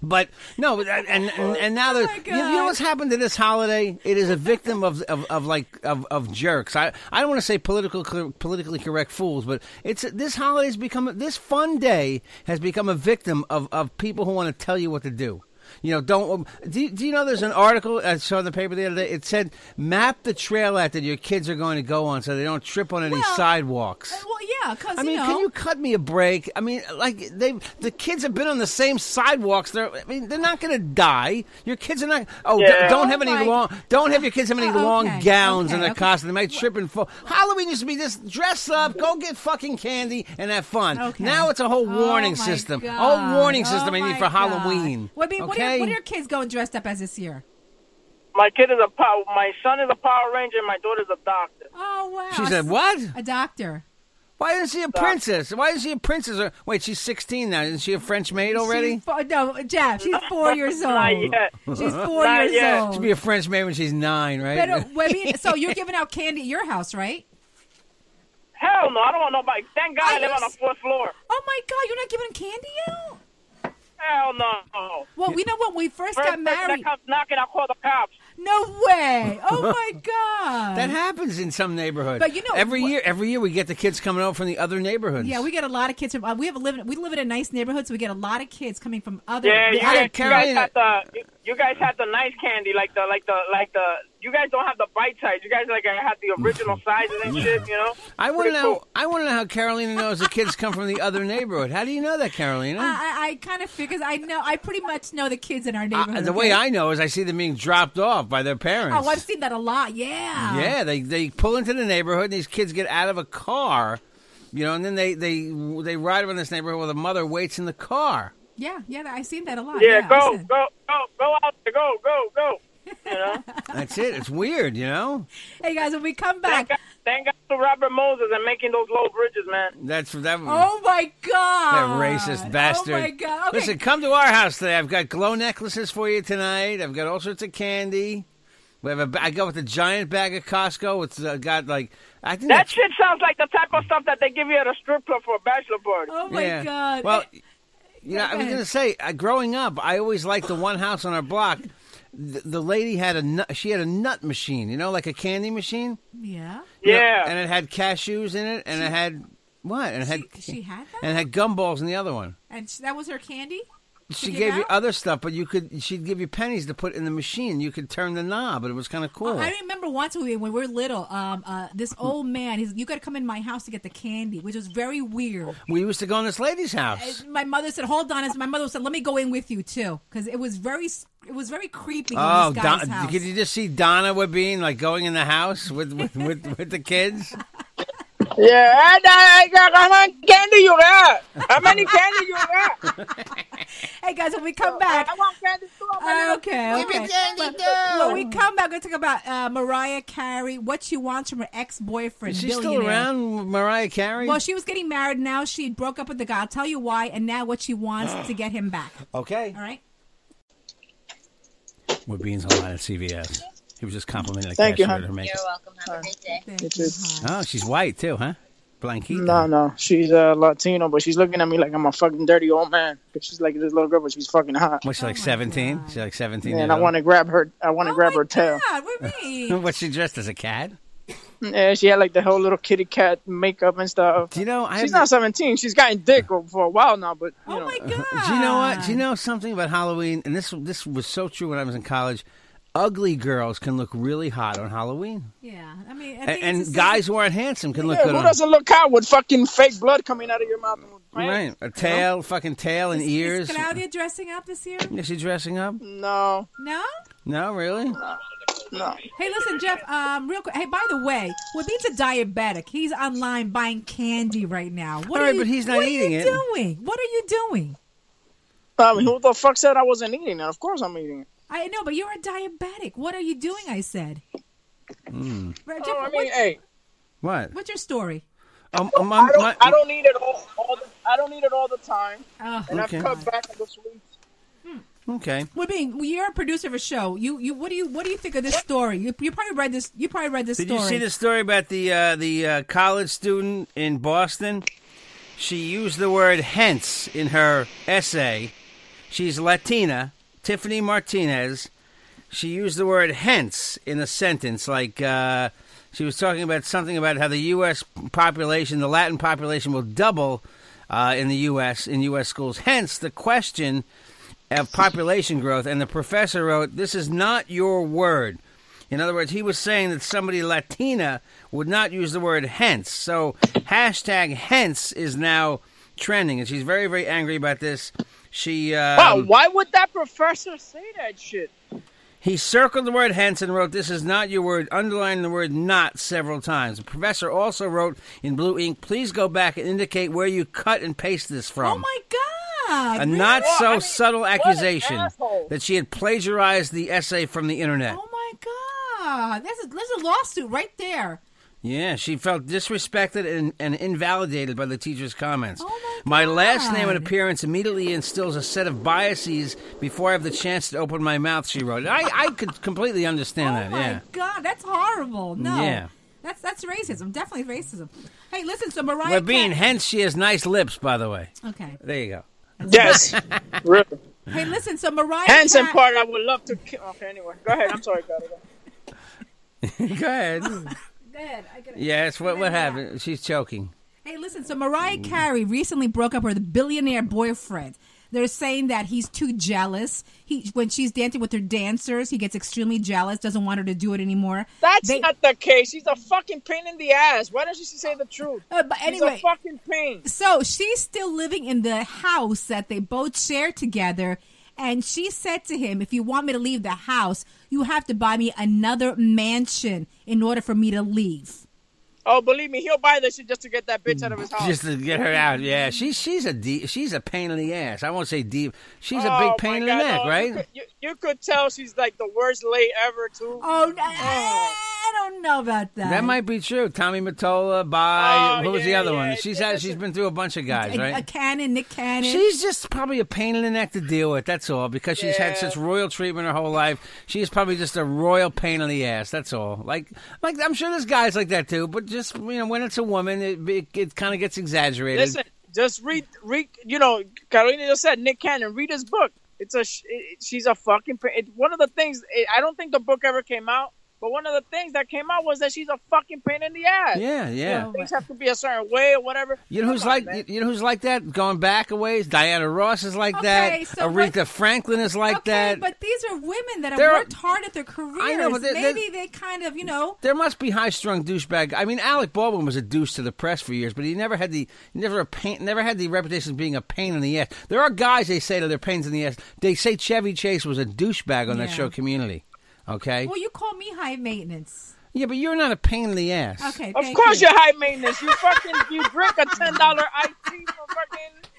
Speaker 6: But no, but- and and, and now there's
Speaker 4: Oh my
Speaker 6: you, you know
Speaker 4: God.
Speaker 6: what's happened to this holiday? It is a victim of of, of like of, of jerks. I, I don't want to say political cor- politically correct fools, but it's this holiday's become this fun day has become a victim of, of people who want to tell you what to do. You know, don't um, do you, do you know there's an article I saw in the paper the other day. It said map the trail out that your kids are going to go on so they don't trip on any
Speaker 4: Well,
Speaker 6: sidewalks.
Speaker 4: Well, yeah, because
Speaker 6: I mean,
Speaker 4: you know,
Speaker 6: can you cut me a break? I mean, like they the kids have been on the same sidewalks. They're I mean, they're not going to die. Your kids are not. Oh, d-
Speaker 5: Yeah.
Speaker 6: don't have
Speaker 4: Oh,
Speaker 6: any
Speaker 4: my-
Speaker 6: long. Don't have your kids have any
Speaker 4: Oh,
Speaker 6: long
Speaker 4: okay,
Speaker 6: gowns
Speaker 4: okay,
Speaker 6: and their
Speaker 4: okay.
Speaker 6: costume. They might trip and fall. Halloween used to be just dress up, go get fucking candy, and have fun.
Speaker 4: Okay.
Speaker 6: Now it's a whole
Speaker 4: Oh,
Speaker 6: warning
Speaker 4: my
Speaker 6: system. A
Speaker 4: God.
Speaker 6: whole warning system
Speaker 4: Oh,
Speaker 6: I need
Speaker 4: my
Speaker 6: for
Speaker 4: God.
Speaker 6: Halloween.
Speaker 4: What, I mean, what, are,
Speaker 6: okay.
Speaker 4: your- what are your kids going dressed up as this year?
Speaker 5: my kid is a power. My son is a Power Ranger. and My daughter's a doctor.
Speaker 4: Oh wow!
Speaker 6: she said, "What?
Speaker 4: A doctor.
Speaker 6: Why isn't she a princess? Why isn't she a princess? Or, wait, she's sixteen now. Isn't she a French maid already?
Speaker 4: She's four, no, Jeff. She's four years old.
Speaker 5: Not yet.
Speaker 4: She's four
Speaker 5: Not
Speaker 4: years
Speaker 5: yet.
Speaker 4: old.
Speaker 6: She'd be a French maid when she's nine, right?
Speaker 4: Better- wait, wait, so you're giving out candy at your house, right?
Speaker 5: Hell no, I don't want nobody. Thank God I
Speaker 4: Are
Speaker 5: live
Speaker 4: you
Speaker 5: on the
Speaker 4: s-
Speaker 5: fourth floor.
Speaker 4: Oh my God! You're not giving candy out.
Speaker 5: Hell no.
Speaker 4: Well, we know what we first
Speaker 5: First
Speaker 4: got
Speaker 5: person that
Speaker 4: married.
Speaker 5: comes knocking, I call the cops.
Speaker 4: No way! Oh my god!
Speaker 6: That happens in some neighborhoods.
Speaker 4: Um, But you know
Speaker 6: every
Speaker 4: what-
Speaker 6: year, every year we get the kids coming out from the other neighborhoods.
Speaker 4: yeah, we get a lot of kids from. Uh, we have a live. We live in a nice neighborhood, so we get a lot of kids coming from other.
Speaker 5: Yeah, you
Speaker 6: I
Speaker 5: guys,
Speaker 6: don't
Speaker 5: you
Speaker 6: care.
Speaker 5: guys have the you guys have the nice candy, like the like the like the. You guys don't have the bite size. You guys like have the original sizes and shit. You know.
Speaker 6: I want to
Speaker 5: Pretty
Speaker 6: know.
Speaker 5: cool.
Speaker 6: I want to know how Carolina knows the kids come from the other neighborhood. How do you know that, Carolina?
Speaker 4: I, I, I kind of figure. I know. I pretty much know the kids in our neighborhood.
Speaker 6: Uh, the
Speaker 4: okay?
Speaker 6: way I know is I see them being dropped off by their parents.
Speaker 4: Oh, I've seen that a lot. Yeah.
Speaker 6: yeah, they they pull into the neighborhood and these kids get out of a car, you know, and then they they they ride around this neighborhood while the mother waits in the car.
Speaker 4: Yeah. Yeah. I've seen that a lot.
Speaker 5: Yeah,
Speaker 4: I've
Speaker 5: go
Speaker 4: seen-
Speaker 5: go go go out there. Go go go. You know.
Speaker 6: That's it. It's weird, you know.
Speaker 4: Hey guys, when we come
Speaker 5: thank,
Speaker 4: back.
Speaker 5: God, thank God to Robert Moses and making those low bridges, man.
Speaker 6: That's that.
Speaker 4: Oh my god!
Speaker 6: That racist bastard.
Speaker 4: Oh my god! Okay.
Speaker 6: Listen, come to our house today. I've got glow necklaces for you tonight. I've got all sorts of candy. We have a, ba- I go with a giant bag of Costco. It's uh, got like I think
Speaker 5: That
Speaker 6: that's,
Speaker 5: shit sounds like the type of stuff that they give you at a strip club for a bachelor party.
Speaker 4: oh my
Speaker 6: yeah.
Speaker 4: god!
Speaker 6: Well,
Speaker 4: Eh,
Speaker 6: you know, I was
Speaker 4: ahead.
Speaker 6: going to say, uh, growing up, I always liked the one house on our block. The, the lady had a nut, she had a nut machine, you know, like a candy machine.
Speaker 4: yeah.
Speaker 6: You know,
Speaker 5: Yeah.
Speaker 6: and it had cashews in it, and it had what? And it had
Speaker 4: She- she had that?
Speaker 6: and it had gumballs in the other one.
Speaker 4: And sh- that was her candy.
Speaker 6: She
Speaker 4: Did you
Speaker 6: gave you
Speaker 4: know?
Speaker 6: other stuff, but you could. She'd give you pennies to put in the machine. You could turn the knob, and it was kind of cool.
Speaker 4: I remember once when we, when we were little, um, uh, this
Speaker 6: Hmm.
Speaker 4: old man, he's, you got to come in my house to get the candy, which was very weird.
Speaker 6: we used to go in this lady's house.
Speaker 4: My mother said, "Hold on," and my mother said, "Let me go in with you too," because it was very s- it was very creepy. in
Speaker 6: Oh,
Speaker 4: this guy's
Speaker 6: Don,
Speaker 4: house.
Speaker 6: could you just see Donna would being like going in the house with with, with, with the kids?
Speaker 5: Yeah, and I, I got how much candy you got? How many candy you got?
Speaker 4: hey guys, when we come back,
Speaker 5: uh,
Speaker 4: Uh,
Speaker 5: I want candy too. I want it.
Speaker 4: okay, okay. When, when we come back, we're going to talk about uh, Mariah Carey, what she wants from her ex boyfriend.
Speaker 6: Is she still around, Mariah Carey?
Speaker 4: Well, she was getting married. Now she broke up with the guy. I'll tell you why, and now what she wants to get him back.
Speaker 6: okay.
Speaker 4: All right.
Speaker 6: We're being a lot at CVS. He was just complimenting the
Speaker 7: Thank you,
Speaker 6: cashier at
Speaker 7: hon.
Speaker 6: her makeup.
Speaker 3: welcome. Have a great day.
Speaker 4: Thank
Speaker 7: It
Speaker 4: you.
Speaker 7: is.
Speaker 6: Oh, she's white too, huh? Blanquita.
Speaker 7: No, no, she's uh, Latino, but she's looking at me like I'm a fucking dirty old man. 'Cause she's like this little girl, but she's fucking hot.
Speaker 6: What's she like?
Speaker 4: Oh, my
Speaker 6: Seventeen?
Speaker 4: God.
Speaker 6: She's like seventeen.
Speaker 7: And I want to grab her. I want to
Speaker 4: Oh
Speaker 7: grab
Speaker 4: my
Speaker 7: her tail.
Speaker 4: God, what do you mean?
Speaker 6: What's she dressed as a cat?
Speaker 7: Yeah, she had like the whole little kitty cat makeup and stuff.
Speaker 6: Do you know? I
Speaker 7: She's
Speaker 6: have-
Speaker 7: not 17. She's gotten dick for a while now, but you
Speaker 4: Oh
Speaker 7: know.
Speaker 4: my god!
Speaker 6: Do you know what? Do you know something about Halloween? And this this was so true when I was in college. Ugly girls can look really hot on Halloween,
Speaker 4: Yeah, I mean, I
Speaker 6: A-
Speaker 4: think
Speaker 6: and,
Speaker 4: it's just-
Speaker 6: guys who aren't handsome can look
Speaker 7: Yeah,
Speaker 6: good
Speaker 7: who
Speaker 6: on.
Speaker 7: doesn't look hot with fucking fake blood coming out of your mouth? and
Speaker 6: Right,
Speaker 7: pants?
Speaker 6: a tail, fucking tail and
Speaker 4: is,
Speaker 6: ears.
Speaker 4: Is Claudia dressing up this year?
Speaker 6: Is she dressing up?
Speaker 7: No,
Speaker 4: No.
Speaker 6: No, really.
Speaker 7: no.
Speaker 4: Hey, listen, Jeff. Um, real quick. Hey, by the way, Webby's a diabetic. He's online buying candy right now.
Speaker 6: All
Speaker 4: What are
Speaker 6: right,
Speaker 4: you-
Speaker 6: but he's not
Speaker 4: what
Speaker 6: eating
Speaker 4: are
Speaker 6: it.
Speaker 4: you Doing? What are you doing?
Speaker 7: I
Speaker 6: Hmm.
Speaker 7: mean, who the fuck said I wasn't eating it? Of course I'm eating it.
Speaker 4: I know, but you're a diabetic. What are you doing? I said.
Speaker 6: Hmm.
Speaker 4: Right, Jeff,
Speaker 7: Oh, I
Speaker 4: what-
Speaker 7: mean, hey,
Speaker 6: What?
Speaker 4: what's your story?
Speaker 6: Um, um,
Speaker 7: I don't,
Speaker 6: my-
Speaker 7: I don't need it all. all the, I don't need it all the time,
Speaker 4: Oh,
Speaker 7: and
Speaker 6: Okay.
Speaker 7: I've cut back on the sweets.
Speaker 6: okay.
Speaker 4: Webby, you're a producer of a show. You, you, what do you, what do you think of this story? You, you probably read this. You probably read this
Speaker 6: Did
Speaker 4: story.
Speaker 6: you see the story about the uh, the uh, college student in Boston? She used the word "hence" in her essay. She's Latina, Tiffany Martinez. She used the word "hence" in a sentence, like uh, she was talking about something about how the U.S. population, the Latin population, will double uh, in the U.S. in U.S. schools. Hence, the question of population growth. And the professor wrote, "This is not your word." In other words, he was saying that somebody Latina would not use the word hence. So hashtag hence is now trending, and she's very, very angry about this. She um,
Speaker 5: Oh,
Speaker 7: Wow, why would that professor say that shit?
Speaker 6: he circled the word hence and wrote, This is not your word, underlining the word not several times. The professor also wrote in blue ink, Please go back and indicate where you cut and paste this from.
Speaker 4: Oh my god!
Speaker 6: a
Speaker 4: really?
Speaker 6: not so
Speaker 7: I mean,
Speaker 6: subtle
Speaker 7: what an
Speaker 6: accusation
Speaker 7: asshole.
Speaker 6: that she had plagiarized the essay from the internet.
Speaker 4: Oh my god! That's a, that's a lawsuit right there.
Speaker 6: Yeah, she felt disrespected and, and invalidated by the teacher's comments.
Speaker 4: Oh,
Speaker 6: my
Speaker 4: my
Speaker 6: last name and
Speaker 4: God.
Speaker 6: appearance immediately instills a set of biases before I have the chance to open my mouth, she wrote. I, I could completely understand
Speaker 4: Oh
Speaker 6: that,
Speaker 4: my
Speaker 6: yeah.
Speaker 4: god, that's horrible. No.
Speaker 6: Yeah.
Speaker 4: That's that's racism. Definitely racism. Hey, listen, so Mariah
Speaker 6: Rabin,
Speaker 4: Carey-
Speaker 6: hence she has nice lips, by the way.
Speaker 4: Okay.
Speaker 6: There you go.
Speaker 7: Yes, really.
Speaker 4: Hey, listen. So Mariah
Speaker 5: Hanson
Speaker 4: Ca-
Speaker 5: part I would love to kill. Okay, anyway, go ahead. I'm sorry, Carla.
Speaker 6: Go ahead.
Speaker 4: Go ahead. I get it.
Speaker 6: Yes, what what happened? She's choking.
Speaker 4: Hey, listen. So Mariah Carey recently broke up with her billionaire boyfriend. They're saying that he's too jealous. He when she's dancing with her dancers, he gets extremely jealous. Doesn't want her to do it anymore.
Speaker 5: That's not the case. He's a fucking pain in the ass. Why doesn't she say the truth?
Speaker 4: but
Speaker 5: He's
Speaker 4: Uh, anyway-
Speaker 5: a fucking pain.
Speaker 4: So she's still living in the house that they both share together. And she said to him, If you want me to leave the house, you have to buy me another mansion in order for me to leave.
Speaker 5: Oh, believe me, he'll buy this shit just to get that bitch out of his house.
Speaker 6: Just to get her out. Yeah, she's she's a deep, she's a pain in the ass. I won't say deep. She's a
Speaker 5: Oh,
Speaker 6: big pain
Speaker 5: my
Speaker 6: in the
Speaker 5: God,
Speaker 6: neck,
Speaker 5: no, You
Speaker 6: right?
Speaker 5: could, you, you could tell she's like the worst lay ever, too.
Speaker 4: Oh, I, I don't know about that.
Speaker 6: That might be true. Tommy Matola, by
Speaker 4: Oh,
Speaker 6: who was the
Speaker 4: yeah,
Speaker 6: other
Speaker 4: yeah,
Speaker 6: one? She's had, she's been through a bunch of guys,
Speaker 4: a, a
Speaker 6: right?
Speaker 4: cannon, Nick Cannon.
Speaker 6: She's just probably a pain in the neck to deal with. That's all because she's had
Speaker 4: Yeah.
Speaker 6: such royal treatment her whole life. She's probably just a royal pain in the ass. That's all. Like, like I'm sure there's guys like that too. But just you know, when it's a woman, it it, it kind of gets exaggerated.
Speaker 5: Listen, just read, read. You know, Carolina just said Nick Cannon. Read his book. It's a. sh- It, it- she's a fucking. pa- It, one of the things. It, I don't think the book ever came out. But one of the things that came out was that she's a fucking pain in the ass.
Speaker 6: Yeah, yeah.
Speaker 5: You know, things have to be a certain way or whatever.
Speaker 6: You know who's
Speaker 5: Come on,
Speaker 6: like
Speaker 5: man.
Speaker 6: you know who's like that? Going back a ways, Diana Ross is like
Speaker 4: Okay,
Speaker 6: that.
Speaker 4: so
Speaker 6: Aretha Franklin is like that.
Speaker 4: but these are women that have
Speaker 6: There are-
Speaker 4: worked hard at their careers.
Speaker 6: but they're- they're-
Speaker 4: Maybe they kind of, you know.
Speaker 6: there must be high-strung douchebag. I mean, Alec Baldwin was a douche to the press for years, but he never had the never a pain, never had the reputation of being a pain in the ass. There are guys they say that they're pains in the ass. They say Chevy Chase was a douchebag on that
Speaker 4: Yeah.
Speaker 6: show Community. Okay.
Speaker 4: Well, you call me high maintenance.
Speaker 6: yeah, but you're not a pain in the ass.
Speaker 4: Okay.
Speaker 5: Of
Speaker 4: thank
Speaker 5: course
Speaker 4: you.
Speaker 5: you're high maintenance. You fucking you drink a ten dollar ice tea from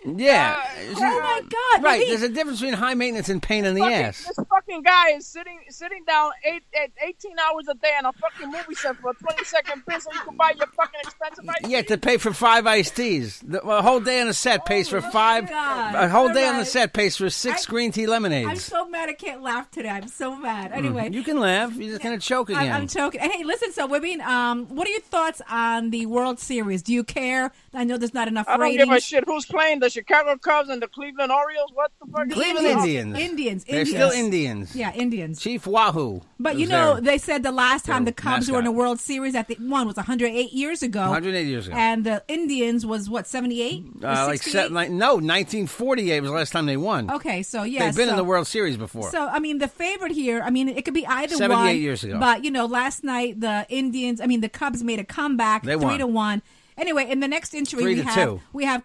Speaker 5: fucking
Speaker 6: Yeah.
Speaker 4: Uh,
Speaker 5: oh my God,
Speaker 6: Right.
Speaker 5: Lee.
Speaker 6: There's a difference between high maintenance and pain in the
Speaker 5: fucking-
Speaker 6: ass.
Speaker 5: This fucking guy is sitting sitting down eight, eight, 18 hours a day on a fucking movie set for a 20 second bill so you can buy your fucking expensive ice
Speaker 6: Yeah, to pay for five iced teas. The, a whole day on the set pays for five.
Speaker 4: Oh God.
Speaker 6: A whole
Speaker 4: All
Speaker 6: day on the
Speaker 4: right.
Speaker 6: set pays for six green tea
Speaker 4: I'm
Speaker 6: lemonades.
Speaker 4: so mad I can't laugh today. I'm so
Speaker 6: Hmm.
Speaker 4: mad. Anyway,
Speaker 6: you can laugh. You're just gonna choke
Speaker 4: I,
Speaker 6: again.
Speaker 4: I'm choking. Hey, listen, so Wibin, um, what are your thoughts on the World Series? Do you care? I know there's not enough
Speaker 5: I don't
Speaker 4: ratings.
Speaker 5: give a shit who's playing the Chicago Cubs and the Cleveland Orioles. What the fuck?
Speaker 6: Cleveland Indians.
Speaker 4: Indians.
Speaker 6: They're
Speaker 4: Indians.
Speaker 6: still Indians.
Speaker 4: Yeah, Indians.
Speaker 6: Chief Wahoo.
Speaker 4: But you
Speaker 6: was
Speaker 4: know,
Speaker 6: there.
Speaker 4: they said the last time the
Speaker 6: their
Speaker 4: Cubs were in the
Speaker 6: mascot.
Speaker 4: World Series, I think one was 108 years ago.
Speaker 6: 108 years ago.
Speaker 4: And the Indians was what 78? Or
Speaker 6: uh, like,
Speaker 4: 68?
Speaker 6: se- like no, 1948 was the last time they won.
Speaker 4: Okay, so yeah,
Speaker 6: they've been
Speaker 4: so-
Speaker 6: in the World Series before.
Speaker 4: So I mean, the favorite here. I mean, it could be either
Speaker 6: 78
Speaker 4: one.
Speaker 6: years ago.
Speaker 4: But you know, last night the Indians. I mean, the Cubs made a comeback,
Speaker 6: They
Speaker 4: three
Speaker 6: won.
Speaker 4: to one. Anyway, in the next entry
Speaker 6: Three
Speaker 4: we
Speaker 6: to
Speaker 4: have
Speaker 6: two.
Speaker 4: we have.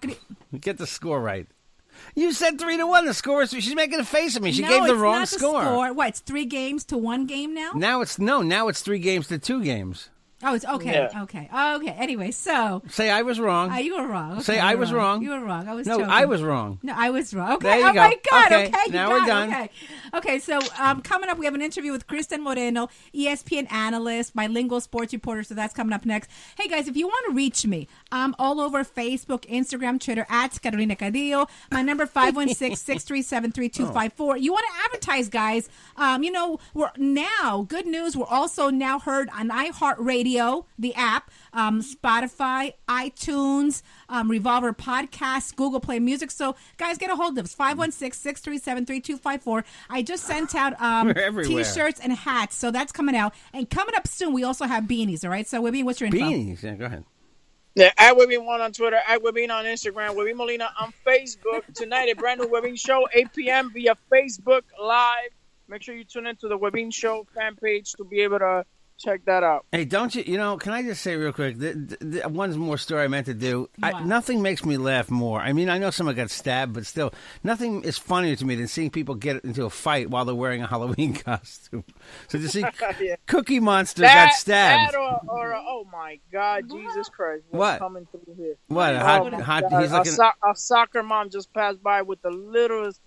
Speaker 6: Get the score right. You said three to one. The score is. She's making a face at me. She
Speaker 4: no,
Speaker 6: gave the
Speaker 4: it's
Speaker 6: wrong
Speaker 4: not
Speaker 6: score.
Speaker 4: The score. What? It's three games to one game now.
Speaker 6: Now it's no. Now it's three games to two games.
Speaker 4: Oh, it's okay,
Speaker 6: Yeah.
Speaker 4: okay, Oh, okay. Anyway, so
Speaker 6: Say I was wrong.
Speaker 4: uh, you were wrong. Okay,
Speaker 6: Say
Speaker 4: you
Speaker 6: I
Speaker 4: were
Speaker 6: was wrong.
Speaker 4: You were wrong. I was
Speaker 6: no.
Speaker 4: joking.
Speaker 6: I was wrong.
Speaker 4: No, I was wrong. Okay.
Speaker 6: There you
Speaker 4: oh
Speaker 6: go.
Speaker 4: my God. Okay.
Speaker 6: Okay,
Speaker 4: you
Speaker 6: now
Speaker 4: got
Speaker 6: we're
Speaker 4: it.
Speaker 6: done.
Speaker 4: Okay. Okay. So um, coming up, we have an interview with Kristen Moreno, E ESPN analyst, bilingual sports reporter. So that's coming up next. Hey guys, if you want to reach me, I'm all over Facebook, Instagram, Twitter at Carolina Cadillo. My number 516-637-3254. You want to advertise, guys? Um, you know, we're now good news. We're also now heard on iHeartRadio, the app, um, Spotify, iTunes, um, Revolver Podcast, Google Play Music. So, guys, get a hold of us 516 637 3254. I just sent out um,
Speaker 6: We're everywhere.
Speaker 4: t shirts and hats. So, that's coming out. And coming up soon, we also have beanies. All right. So, Wibby, what's your info?
Speaker 6: Beanies. Yeah, go ahead.
Speaker 5: Yeah, at Webin One on Twitter, at Webin on Instagram, Webin Molina on Facebook. Tonight, a brand new Webin show, 8 p.m. via Facebook Live. Make sure you tune into the Webin show fan page to be able to check that out.
Speaker 6: Hey, don't you? You know, can I just say real quick? Th th th one more story I meant to do. I, nothing makes me laugh more. I mean, I know someone got stabbed, but still, nothing is funnier to me than seeing people get into a fight while they're wearing a Halloween costume. So to see
Speaker 5: Yeah.
Speaker 6: Cookie Monster
Speaker 5: That-
Speaker 6: got stabbed.
Speaker 5: that or, or, uh, oh my God, Jesus Christ! What's
Speaker 6: What?
Speaker 5: coming through here?
Speaker 6: What, a hot-
Speaker 5: my
Speaker 6: hot-
Speaker 5: God,
Speaker 6: he's
Speaker 5: a
Speaker 6: looking-
Speaker 5: so- a soccer mom just passed by with the littlest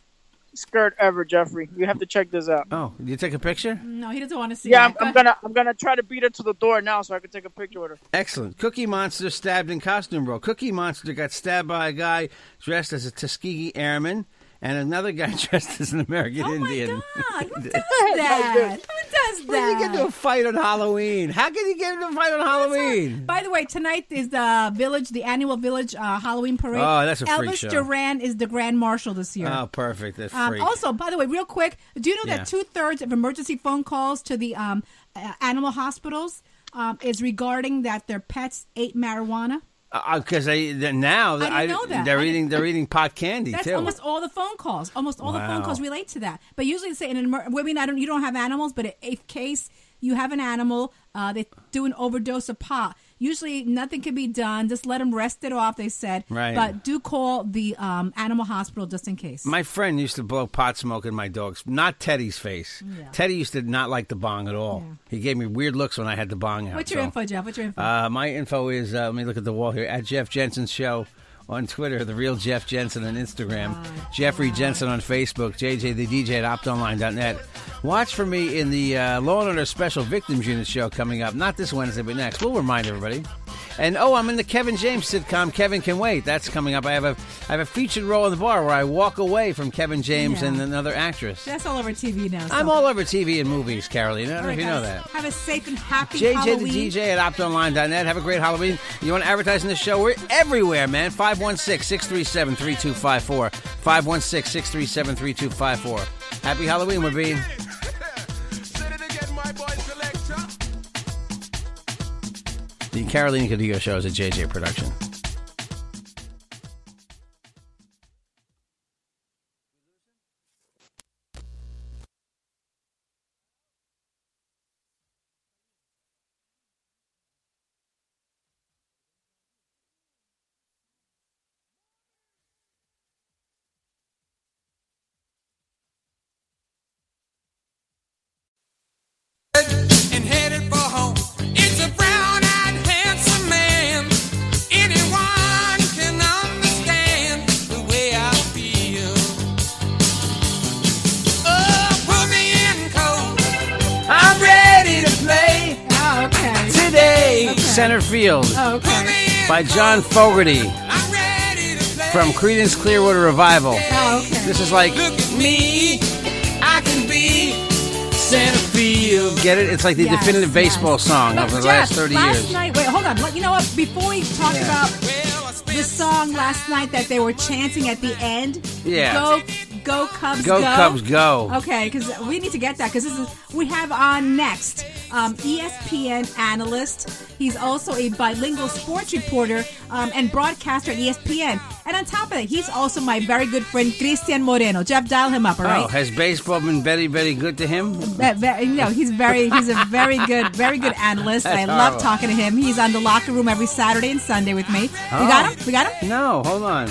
Speaker 5: skirt ever, Jeffrey. You have to check this out.
Speaker 6: Oh, you take a picture?
Speaker 5: Mm.
Speaker 4: No, he doesn't want to see
Speaker 5: Yeah, I'm,
Speaker 4: that. Go
Speaker 5: I'm gonna I'm gonna try to beat her to the door now so I can take a picture with her.
Speaker 6: Excellent. Cookie Monster stabbed in costume role. Cookie Monster got stabbed by a guy dressed as a Tuskegee Airman. and another guy dressed as an American
Speaker 5: Oh
Speaker 6: Indian.
Speaker 4: Oh that? Who does
Speaker 6: How did you get
Speaker 4: that?
Speaker 6: into a fight on Halloween? How can you get into a fight on Halloween?
Speaker 4: By the way, tonight is the village, the annual village uh, Halloween parade.
Speaker 6: Oh, that's a
Speaker 4: Elvis
Speaker 6: freak show.
Speaker 4: Duran is the grand marshal this year.
Speaker 6: Oh, perfect. That's
Speaker 4: Um,
Speaker 6: freak.
Speaker 4: also, by the way, real quick, do you know
Speaker 6: Yeah.
Speaker 4: that two thirds of emergency phone calls to the um, uh, animal hospitals um, is regarding that their pets ate marijuana?
Speaker 6: Uh, because they they- now
Speaker 4: didn't know that.
Speaker 6: they're
Speaker 4: I didn't-
Speaker 6: eating they're eating pot candy
Speaker 4: That's
Speaker 6: too.
Speaker 4: almost all the phone calls. Almost all the phone
Speaker 6: Wow.
Speaker 4: calls relate to that. But usually, they say in an emer- women, I don't. You don't have animals, but in case you have an animal, uh, they do an overdose of pot. Usually, nothing can be done. Just let them rest it off. They said.
Speaker 6: Right.
Speaker 4: But do call the um, animal hospital just in case.
Speaker 6: My friend used to blow pot smoke in my dog's, not Teddy's face. Teddy used to not like the bong at all. He gave me weird looks when I had the bong out.
Speaker 4: What's your
Speaker 6: so-
Speaker 4: info, Jeff? What's your info?
Speaker 6: Uh, my info is uh, let me look at the wall here at Jeff Jensen's show on Twitter, the real Jeff Jensen on Instagram, Jeffrey Jensen on Facebook, JJ the DJ at optonline.net. Watch for me in the uh, Law and Order Special Victims Unit show coming up, not this Wednesday, but next. We'll remind everybody. And oh, I'm in the Kevin James sitcom. Kevin can wait. That's coming up. I have a I have a featured role in the bar where I walk away from Kevin James
Speaker 4: Yeah.
Speaker 6: and another actress.
Speaker 4: That's all over TV now. so-
Speaker 6: I'm all over TV and movies, Carolina. I don't
Speaker 4: All
Speaker 6: know if you
Speaker 4: right,
Speaker 6: know
Speaker 4: guys.
Speaker 6: that.
Speaker 4: Have a safe and happy
Speaker 6: JJ
Speaker 4: Halloween.
Speaker 6: the DJ at optonline.net. Have a great Halloween. You want to advertise in this show? We're everywhere, man. 516 637 3254. 516 637 3254. Happy Halloween, Mabeen. The Carolina Cadillo Show is a JJ production.
Speaker 8: and headed for home. It's a brown eyed, handsome man. Anyone can understand the way I feel. Oh, put me in cold. I'm ready to play
Speaker 4: okay.
Speaker 8: today.
Speaker 6: Center Field
Speaker 4: Oh, okay.
Speaker 6: by John Fogerty from Credence Clearwater Revival.
Speaker 8: Oh, okay.
Speaker 6: This is like
Speaker 8: Look at me, I can be Santa Field.
Speaker 6: Get it? It's like the
Speaker 4: Yes,
Speaker 6: definitive baseball song of the
Speaker 4: Jeff,
Speaker 6: last 30 years.
Speaker 4: night, wait, hold on. Let- You know what? Before we talk about the song last night that they were chanting at the end,
Speaker 6: Yeah.
Speaker 4: go, go Cubs, go,
Speaker 6: Go Cubs, go.
Speaker 4: Okay, because we need to get that because this is we have on next um, ESPN analyst. He's also a bilingual sports reporter um, and broadcaster at ESPN. And on top of that, he's also my very good friend Christian Moreno. Jeff, dial him up, all right?
Speaker 6: Oh, has baseball been very, very good to him?
Speaker 4: Ve- ve- you know, he's very he's a very good very good analyst. I
Speaker 6: That's
Speaker 4: love
Speaker 6: horrible.
Speaker 4: talking to him. He's on the locker room every Saturday and Sunday with me. We
Speaker 6: Oh.
Speaker 4: got him. We got him.
Speaker 6: No, hold on.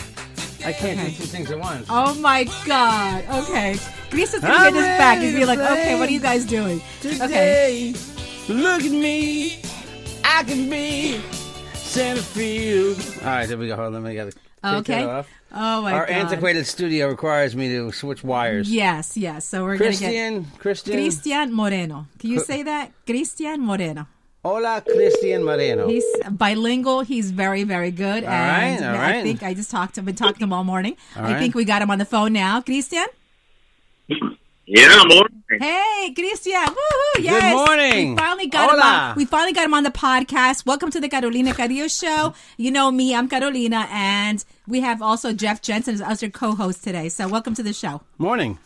Speaker 6: I can't do two things at once.
Speaker 4: Oh my God. Okay. Greece is gonna get his back. He's gonna be like, okay, what are you guys doing? Okay.
Speaker 8: Today, look at me, I can be Santa Field.
Speaker 6: All right, there we go. Hold on, let me get it.
Speaker 4: Okay. Oh my
Speaker 6: Our
Speaker 4: God.
Speaker 6: antiquated studio requires me to switch wires.
Speaker 4: Yes, yes. So we're gonna
Speaker 6: Christian,
Speaker 4: get
Speaker 6: Christian.
Speaker 4: Christian Moreno. Can you
Speaker 6: Cr-
Speaker 4: say that? Christian Moreno.
Speaker 6: Hola, Christian Moreno.
Speaker 4: He's bilingual. He's very, very good.
Speaker 6: All
Speaker 4: and
Speaker 6: right, all
Speaker 4: I
Speaker 6: right.
Speaker 4: think I just talked to him. Been talking to him all morning.
Speaker 6: All
Speaker 4: I
Speaker 6: right.
Speaker 4: think we got him on the phone now. Christian.
Speaker 9: Yeah, more.
Speaker 4: Hey, Christian. Woohoo. Yes.
Speaker 9: morning.
Speaker 4: We finally got him
Speaker 9: Hola.
Speaker 4: on. We finally got him on the podcast. Welcome to the Carolina Carillo show. You know me, I'm Carolina and we have also Jeff Jensen as us your co-host today. So, welcome to the show.
Speaker 6: Morning.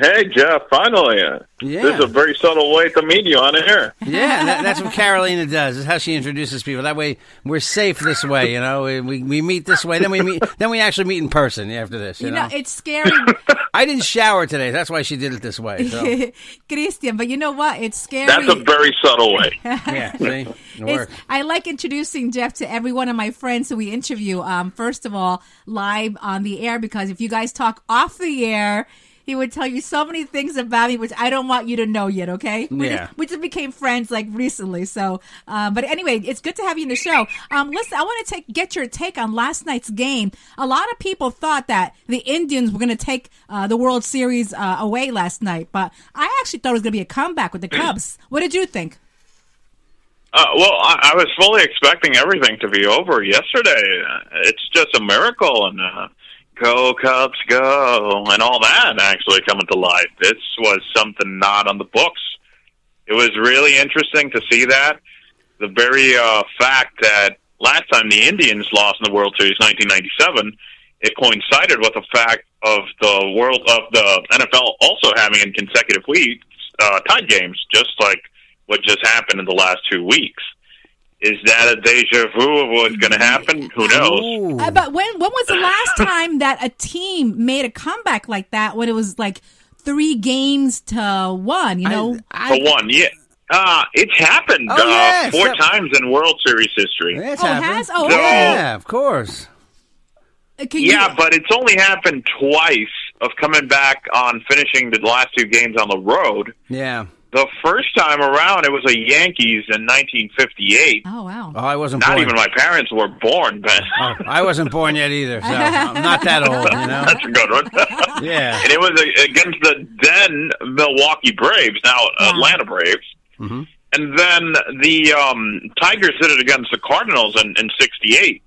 Speaker 9: Hey, Jeff, finally.
Speaker 6: Yeah.
Speaker 9: This is a very subtle way to meet you on air.
Speaker 6: Yeah, that, that's what Carolina does. Is how she introduces people. That way, we're safe this way. You know, we, we, we meet this way, then we meet, then we actually meet in person after this. You,
Speaker 4: You know,
Speaker 6: know,
Speaker 4: it's scary,
Speaker 6: I didn't shower today. That's why she did it this way. So.
Speaker 4: Christian, but you know what? It's scary.
Speaker 9: That's a very subtle way.
Speaker 6: yeah, see? It
Speaker 4: It's-
Speaker 6: worked.
Speaker 4: I like introducing Jeff to every one of my friends who we interview. Um, first of all, live on the air because if you guys talk off the air, he would tell you so many things about me, which I don't want you to know yet. Okay? We
Speaker 10: Yeah.
Speaker 4: Just, we just became friends like recently. So, uh, but anyway, it's good to have you in the show. Um, listen, I want to take get your take on last night's game. A lot of people thought that the Indians were going to take uh, the World Series uh, away last night, but I actually thought it was going to be a comeback with the Cubs. What did you think?
Speaker 9: Uh, well, I, I was fully expecting everything to be over yesterday. Uh, It's just a miracle, and uh, Go Cubs go and all that actually coming to life. This was something not on the books. It was really interesting to see that. The very uh, fact that last time the Indians lost in the World Series, 1997, it coincided with the fact of the world of the NFL also having in consecutive weeks uh, tied games, just like what just happened in the last two weeks. Is that a deja vu of what's going to happen? Who knows?
Speaker 4: Uh, but when when was the last time that a team made a comeback like that? When it was like three games to one, you know?
Speaker 9: For
Speaker 6: Oh,
Speaker 9: one, yeah. Uh, it's happened
Speaker 4: Oh,
Speaker 9: uh,
Speaker 4: yeah,
Speaker 9: four
Speaker 4: so-
Speaker 9: times in World Series history.
Speaker 4: Oh, it happened. has? Oh, uh,
Speaker 9: So-
Speaker 4: okay.
Speaker 6: Yeah, of course.
Speaker 9: yeah, but it's only happened twice of coming back on finishing the last two games on the road.
Speaker 6: Yeah.
Speaker 9: The first time around, it was a Yankees in 1958.
Speaker 4: Oh wow!
Speaker 6: Oh, I wasn't
Speaker 9: Not
Speaker 6: born. Oh,
Speaker 9: even my parents were born, but
Speaker 6: I wasn't born yet either, so I'm not that old, you know?
Speaker 9: that's a good one.
Speaker 6: Yeah.
Speaker 9: and it was a- against the then Milwaukee Braves, now Atlanta Braves.
Speaker 6: Mhm.
Speaker 9: And then the um, Tigers did it against the Cardinals in, in 68.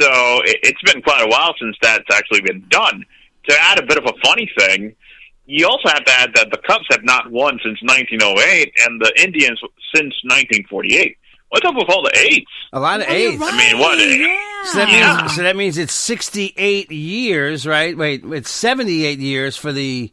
Speaker 9: So it, it's been quite a while since that's actually been done. To add a bit of a funny thing, you also have to add that the Cubs have not won since 1908 and the Indians since 1948. What's up with all the eights?
Speaker 6: A lot
Speaker 4: Oh,
Speaker 6: of eights.
Speaker 9: I mean, what?
Speaker 6: So that,
Speaker 9: Yeah.
Speaker 6: means, so that means it's 68 years, right? Wait, it's 78 years for the.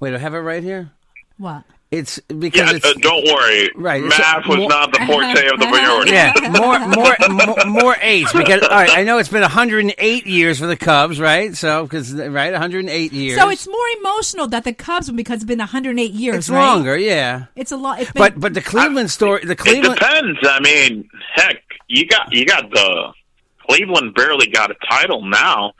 Speaker 6: Wait, do I have it right here?
Speaker 4: What?
Speaker 6: It's because
Speaker 9: Yeah,
Speaker 6: it's.
Speaker 9: uh, don't worry.
Speaker 6: Right, it's
Speaker 9: Math
Speaker 6: a-
Speaker 9: was
Speaker 6: more-
Speaker 9: not the forte of the majority.
Speaker 6: Yeah, more, more, more, more eights because all right. I know it's been 108 years for the Cubs, right? So because right, 108 years.
Speaker 4: So it's more emotional that the Cubs won because it's been 108 years.
Speaker 6: It's
Speaker 4: right?
Speaker 6: longer, yeah.
Speaker 4: It's a lot. It's been,
Speaker 6: But but the Cleveland story, the
Speaker 9: It
Speaker 6: Cleveland.
Speaker 9: depends. I mean, heck, you got you got the Cleveland barely got a title now.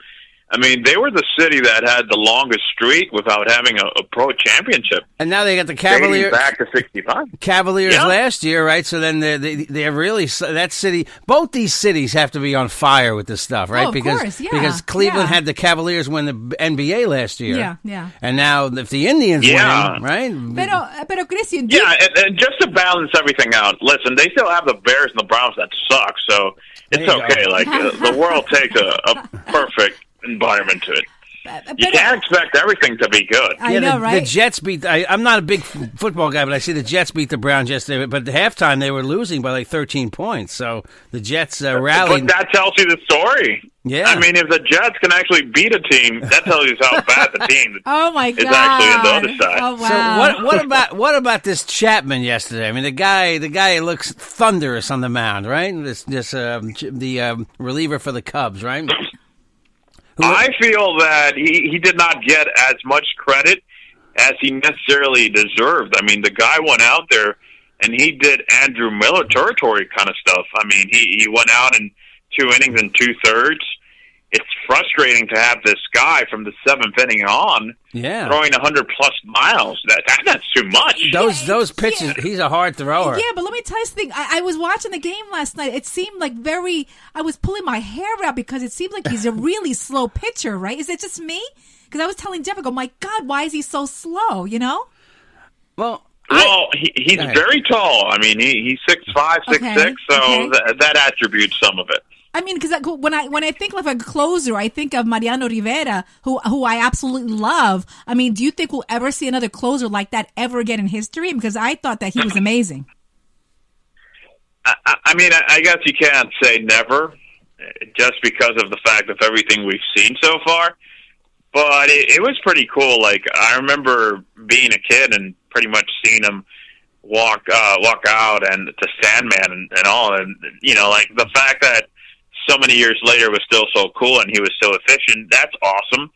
Speaker 9: I mean, they were the city that had the longest streak without having a, a pro championship.
Speaker 6: And now they got the
Speaker 9: dating
Speaker 6: Cavalier,
Speaker 9: back to '65.
Speaker 6: Cavaliers
Speaker 9: Yeah.
Speaker 6: last year, right? So then they're, they they're really that city. Both these cities have to be on fire with this stuff, right?
Speaker 4: Oh, of
Speaker 6: because
Speaker 4: course, yeah,
Speaker 6: because Cleveland
Speaker 4: yeah.
Speaker 6: had the Cavaliers win the NBA last year,
Speaker 4: Yeah, yeah.
Speaker 6: and now if the Indians
Speaker 9: Yeah.
Speaker 6: win, right?
Speaker 4: Pero, uh, pero Chris, you do-
Speaker 9: Yeah, and, and just to balance everything out, listen, they still have the Bears and the Browns that suck, so it's
Speaker 6: There you
Speaker 9: okay.
Speaker 6: go.
Speaker 9: Like uh, the world takes a, a perfect environment to it.
Speaker 4: but-
Speaker 9: You can't expect everything to be good.
Speaker 6: yeah, the,
Speaker 4: know, right?
Speaker 6: The Jets beat. I, I'm not a big f- football guy, but I see the Jets beat the Browns yesterday. But at halftime, they were losing by like 13 points. So the Jets uh,
Speaker 9: But
Speaker 6: rallied.
Speaker 9: that tells you the story.
Speaker 6: Yeah.
Speaker 9: I mean, if the Jets can actually beat a team, that tells you how bad the team
Speaker 4: oh my
Speaker 9: is
Speaker 4: god!
Speaker 9: actually on the other side.
Speaker 4: Oh wow!
Speaker 6: So what? What about what about this Chapman yesterday? I mean, the guy, the guy looks thunderous on the mound, right? This this um, ch- the um, reliever for the Cubs, right?
Speaker 9: I feel that he, he did not get as much credit as he necessarily deserved. I mean, the guy went out there and he did Andrew Miller territory kind of stuff. I mean, he, he went out in two innings and two thirds. It's frustrating to have this guy from the seventh inning on
Speaker 6: Yeah.
Speaker 9: throwing a 100 plus miles. That, that That's too much.
Speaker 6: Those those pitches. He's a hard thrower.
Speaker 4: Yeah, but let me tell you something. I, I was watching the game last night. It seemed like very. I was pulling my hair out because it seemed like he's a really slow pitcher, right? Is it just me? Because I was telling Jeff, I go, my God, why is he so slow? You know?
Speaker 6: Well,
Speaker 4: Oh,
Speaker 9: Well, he, he's
Speaker 6: ahead.
Speaker 9: very tall. I mean, he, he's six five, six six.
Speaker 4: Okay,
Speaker 9: so
Speaker 4: okay.
Speaker 9: th- that attributes some of it.
Speaker 4: I mean, because when I when I think of a closer, I think of Mariano Rivera, who who I absolutely love. I mean, do you think we'll ever see another closer like that ever again in history? Because I thought that he was amazing.
Speaker 9: I, I- I mean, I, I guess you can't say never, eh, just because of the fact of everything we've seen so far. But it, it was pretty cool. Like I remember being a kid and pretty much seeing him walk uh, walk out and to Sandman and, and all, and you know, like the fact that so many years later was still so cool and he was so efficient. That's awesome.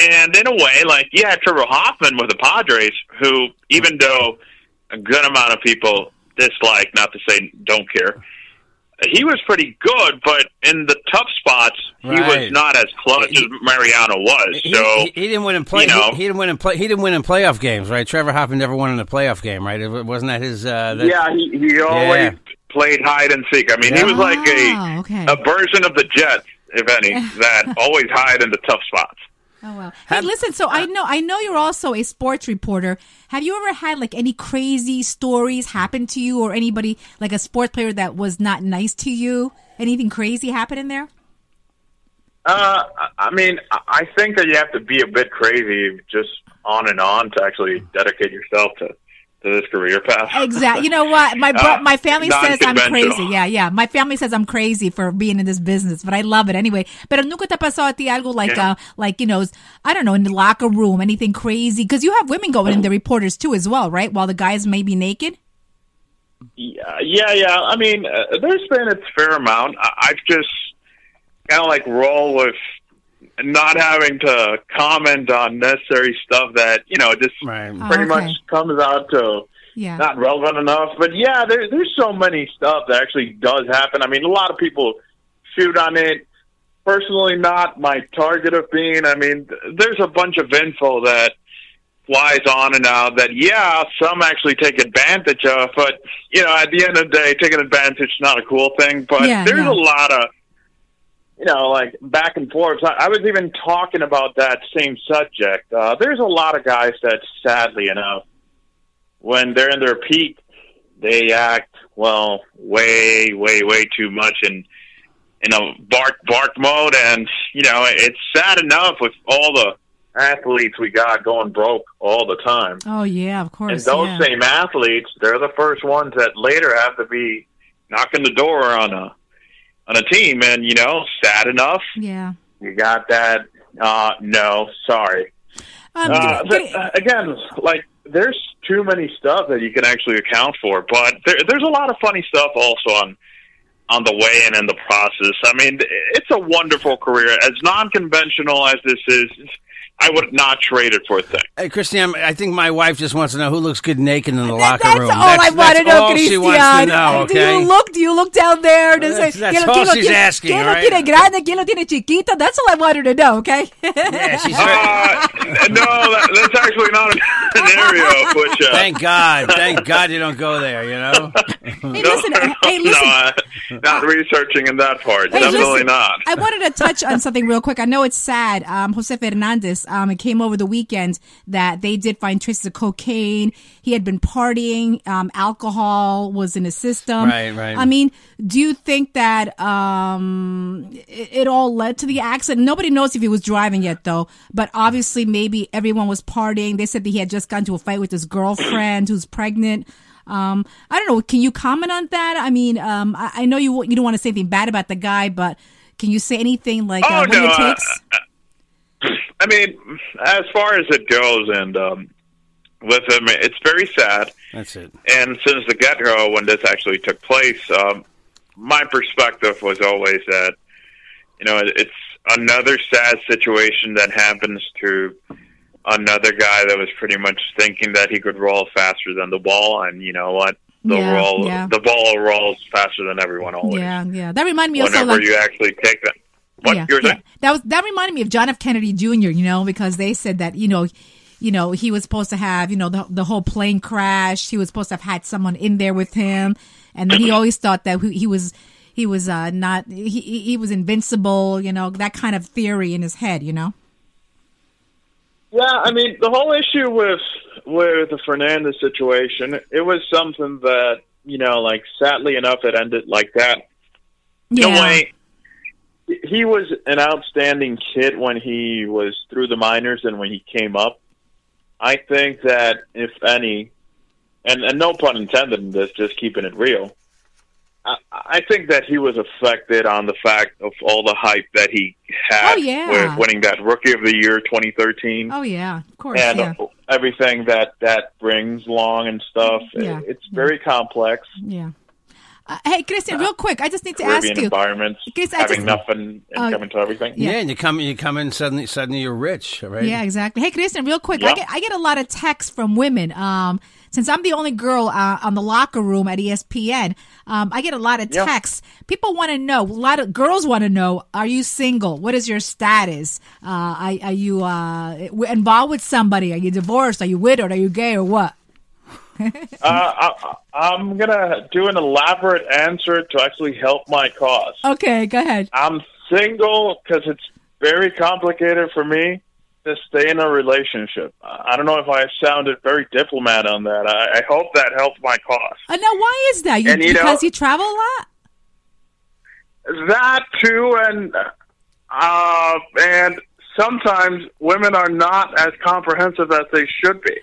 Speaker 9: And in a way, like yeah, Trevor Hoffman with the Padres, who even though a good amount of people dislike, not to say don't care, he was pretty good. But in the tough spots, he was
Speaker 6: Right.
Speaker 9: not as clutch as Mariano was.
Speaker 6: He,
Speaker 9: So
Speaker 6: he, he didn't win in play.
Speaker 9: you know.
Speaker 6: he, he didn't win in play. He didn't win in playoff games, right? Trevor Hoffman never won in a playoff game, right? It, wasn't that his? Uh, that,
Speaker 9: yeah, he, he always played hide and seek. I mean, he
Speaker 6: Yeah.
Speaker 9: was like a
Speaker 4: Oh, okay.
Speaker 9: a version of the Jets, if any, that always hide in the tough spots.
Speaker 4: Oh wow! Hey, listen. So
Speaker 9: uh,
Speaker 4: I know I know you're also a sports reporter. Have you ever had like any crazy stories happen to you, or anybody like a sports player that was not nice to you? Anything crazy happen in there?
Speaker 9: Uh, I- I mean, I- I think that you have to be a bit crazy, just on and on, to actually dedicate yourself to, to this career path.
Speaker 4: Exactly. You know what? My bro-
Speaker 9: Uh,
Speaker 4: my family says I'm
Speaker 9: non-conventional.
Speaker 4: crazy. Yeah, yeah. My family says I'm crazy for being in this business, but I love it anyway. Pero nunca te pasó a ti algo like
Speaker 9: Yeah.
Speaker 4: uh, like you know, I don't know, in the locker room, anything crazy? Because you have women going in the reporters too, as well, right? While the guys may be naked.
Speaker 9: Yeah, yeah, yeah. I mean, uh, there's been a fair amount. I- I've just kind of like roll with not having to comment on necessary stuff that you know just pretty
Speaker 10: Oh, okay.
Speaker 9: much comes out to
Speaker 10: Yeah.
Speaker 9: not relevant enough. But yeah, there, there's so many stuff that actually does happen. I mean, a lot of people shoot on it. Personally, not my target of being. I mean, th- there's a bunch of info that flies on and out that yeah, some actually take advantage of, but you know, at the end of the day, taking advantage is not a cool thing. But
Speaker 10: Yeah,
Speaker 9: there's
Speaker 10: no.
Speaker 9: a lot of you know, like back and forth. I, I was even talking about that same subject. Uh, there's a lot of guys that, sadly enough, when they're in their peak, they act well, way, way, way too much in in a bark bark mode, and you know, it's sad enough with all the athletes we got going broke all the time.
Speaker 4: Oh yeah, of course.
Speaker 9: And those
Speaker 4: yeah.
Speaker 9: same athletes, they're the first ones that later have to be knocking the door on a on a team. And you know, sad enough,
Speaker 4: Yeah.
Speaker 9: you got that. Uh, no, sorry.
Speaker 4: Um,
Speaker 9: uh, but, uh, again, like there's too many stuff that you can actually account for, but there, there's a lot of funny stuff also on on the way in and the process. I mean, it's a wonderful career. As non-conventional as this is, I would not trade it for a thing.
Speaker 6: Hey, Christian, I think my wife just wants to know who looks good naked in the locker room.
Speaker 4: That's all I want to
Speaker 6: that's
Speaker 4: know,
Speaker 6: all
Speaker 4: Christian.
Speaker 6: she wants to know,
Speaker 4: Do
Speaker 6: okay?
Speaker 4: you look? Do you look down there? to
Speaker 6: That's-
Speaker 4: say,
Speaker 6: that's
Speaker 4: "¿Quién lo-
Speaker 6: all
Speaker 4: quién lo
Speaker 6: she's
Speaker 4: tiene-
Speaker 6: asking,
Speaker 4: ¿quién lo
Speaker 6: right?
Speaker 4: tiene grande? ¿Quién lo tiene chiquito? That's all I wanted to know. Okay. Oh.
Speaker 9: Uh, no, that, that's actually not a scenario, but uh,
Speaker 6: Thank God. Thank God you don't go there, you know?
Speaker 4: Hey, listen. Hey,
Speaker 9: no,
Speaker 4: listen.
Speaker 9: uh, not researching in that part.
Speaker 4: Hey,
Speaker 9: Definitely
Speaker 4: listen,
Speaker 9: not.
Speaker 4: I wanted to touch on something real quick. I know it's sad. Um, Jose Fernandez, um, it came over the weekend that they did find traces of cocaine. He had been partying. Um, alcohol was in his system.
Speaker 6: Right, right.
Speaker 4: I mean, do you think that um, it, it all led to the accident? Nobody knows if he was driving yet, though. But obviously, maybe everyone was partying. They said that he had just gotten to a fight with his girlfriend who's pregnant. Um, I don't know. Can you comment on that? I mean, um, I, I know you won't- you don't want to say anything bad about the guy, but can you say anything like uh, what it
Speaker 9: uh,
Speaker 4: takes?
Speaker 9: I mean, as far as it goes, and um, with him, it's very sad.
Speaker 6: That's it.
Speaker 9: And since the get go, when this actually took place, um, my perspective was always that, you know, it- it's another sad situation that happens to another guy that was pretty much thinking that he could roll faster than the ball, and you know what? The
Speaker 4: Yeah,
Speaker 9: roll,
Speaker 4: yeah.
Speaker 9: the ball rolls faster than everyone always.
Speaker 4: Yeah, yeah. That reminded me also
Speaker 9: Whenever
Speaker 4: like
Speaker 9: you actually take that, what
Speaker 4: Yeah,
Speaker 9: you were
Speaker 4: yeah.
Speaker 9: saying?
Speaker 4: That was that reminded me of John F. Kennedy Jr. You know, because they said that you know, you know, he was supposed to have you know the the whole plane crash. He was supposed to have had someone in there with him, and then he always thought that he, he was he was uh, not he he he was invincible. You know, that kind of theory in his head. You know.
Speaker 9: Yeah, I mean the whole issue with with the Fernandez situation, it was something that you know, like sadly enough, it ended like that. In a
Speaker 10: Yeah.
Speaker 9: way, he was an outstanding kid when he was through the minors and when he came up. I think that if any, and, and no pun intended in this, just keeping it real. I, I think that he was affected on the fact of all the hype that he had
Speaker 4: Oh, yeah.
Speaker 9: with winning that Rookie of the Year 2013
Speaker 4: Oh yeah, of course.
Speaker 9: and
Speaker 4: yeah.
Speaker 9: everything that that brings along and stuff.
Speaker 4: Yeah. Mm-hmm.
Speaker 9: It's very complex.
Speaker 4: Yeah. Uh, hey, Christian, real quick, I just need to
Speaker 9: Caribbean
Speaker 4: ask you.
Speaker 9: environments,
Speaker 4: Chris, I
Speaker 9: having
Speaker 4: just-
Speaker 9: nothing and
Speaker 4: Oh,
Speaker 9: coming to everything.
Speaker 6: Yeah. and you come you come in suddenly suddenly you're rich, right?
Speaker 4: Yeah, exactly. Hey, Kristen, real quick, I
Speaker 6: Yeah.
Speaker 4: get I get a lot of texts from women. Um, since I'm the only girl uh, on the locker room at E ESPN, um, I get a lot of
Speaker 11: Yeah.
Speaker 4: texts. People want to know. A lot of girls want to know: Are you single? What is your status? Uh, are, are you uh, w- involved with somebody? Are you divorced? Are you widowed? Are you gay or what?
Speaker 9: Uh, I, I- I'm gonna do an elaborate answer to actually help my cause.
Speaker 4: Okay, go ahead.
Speaker 9: I'm single because it's very complicated for me to stay in a relationship. I I don't know if I sounded very diplomat on that. I, I hope that helped my cause.
Speaker 4: Uh, now, why is that? You,
Speaker 9: And, you know-
Speaker 4: because you travel a lot.
Speaker 9: That too, and uh, Uh, and sometimes women are not as comprehensive as they should be.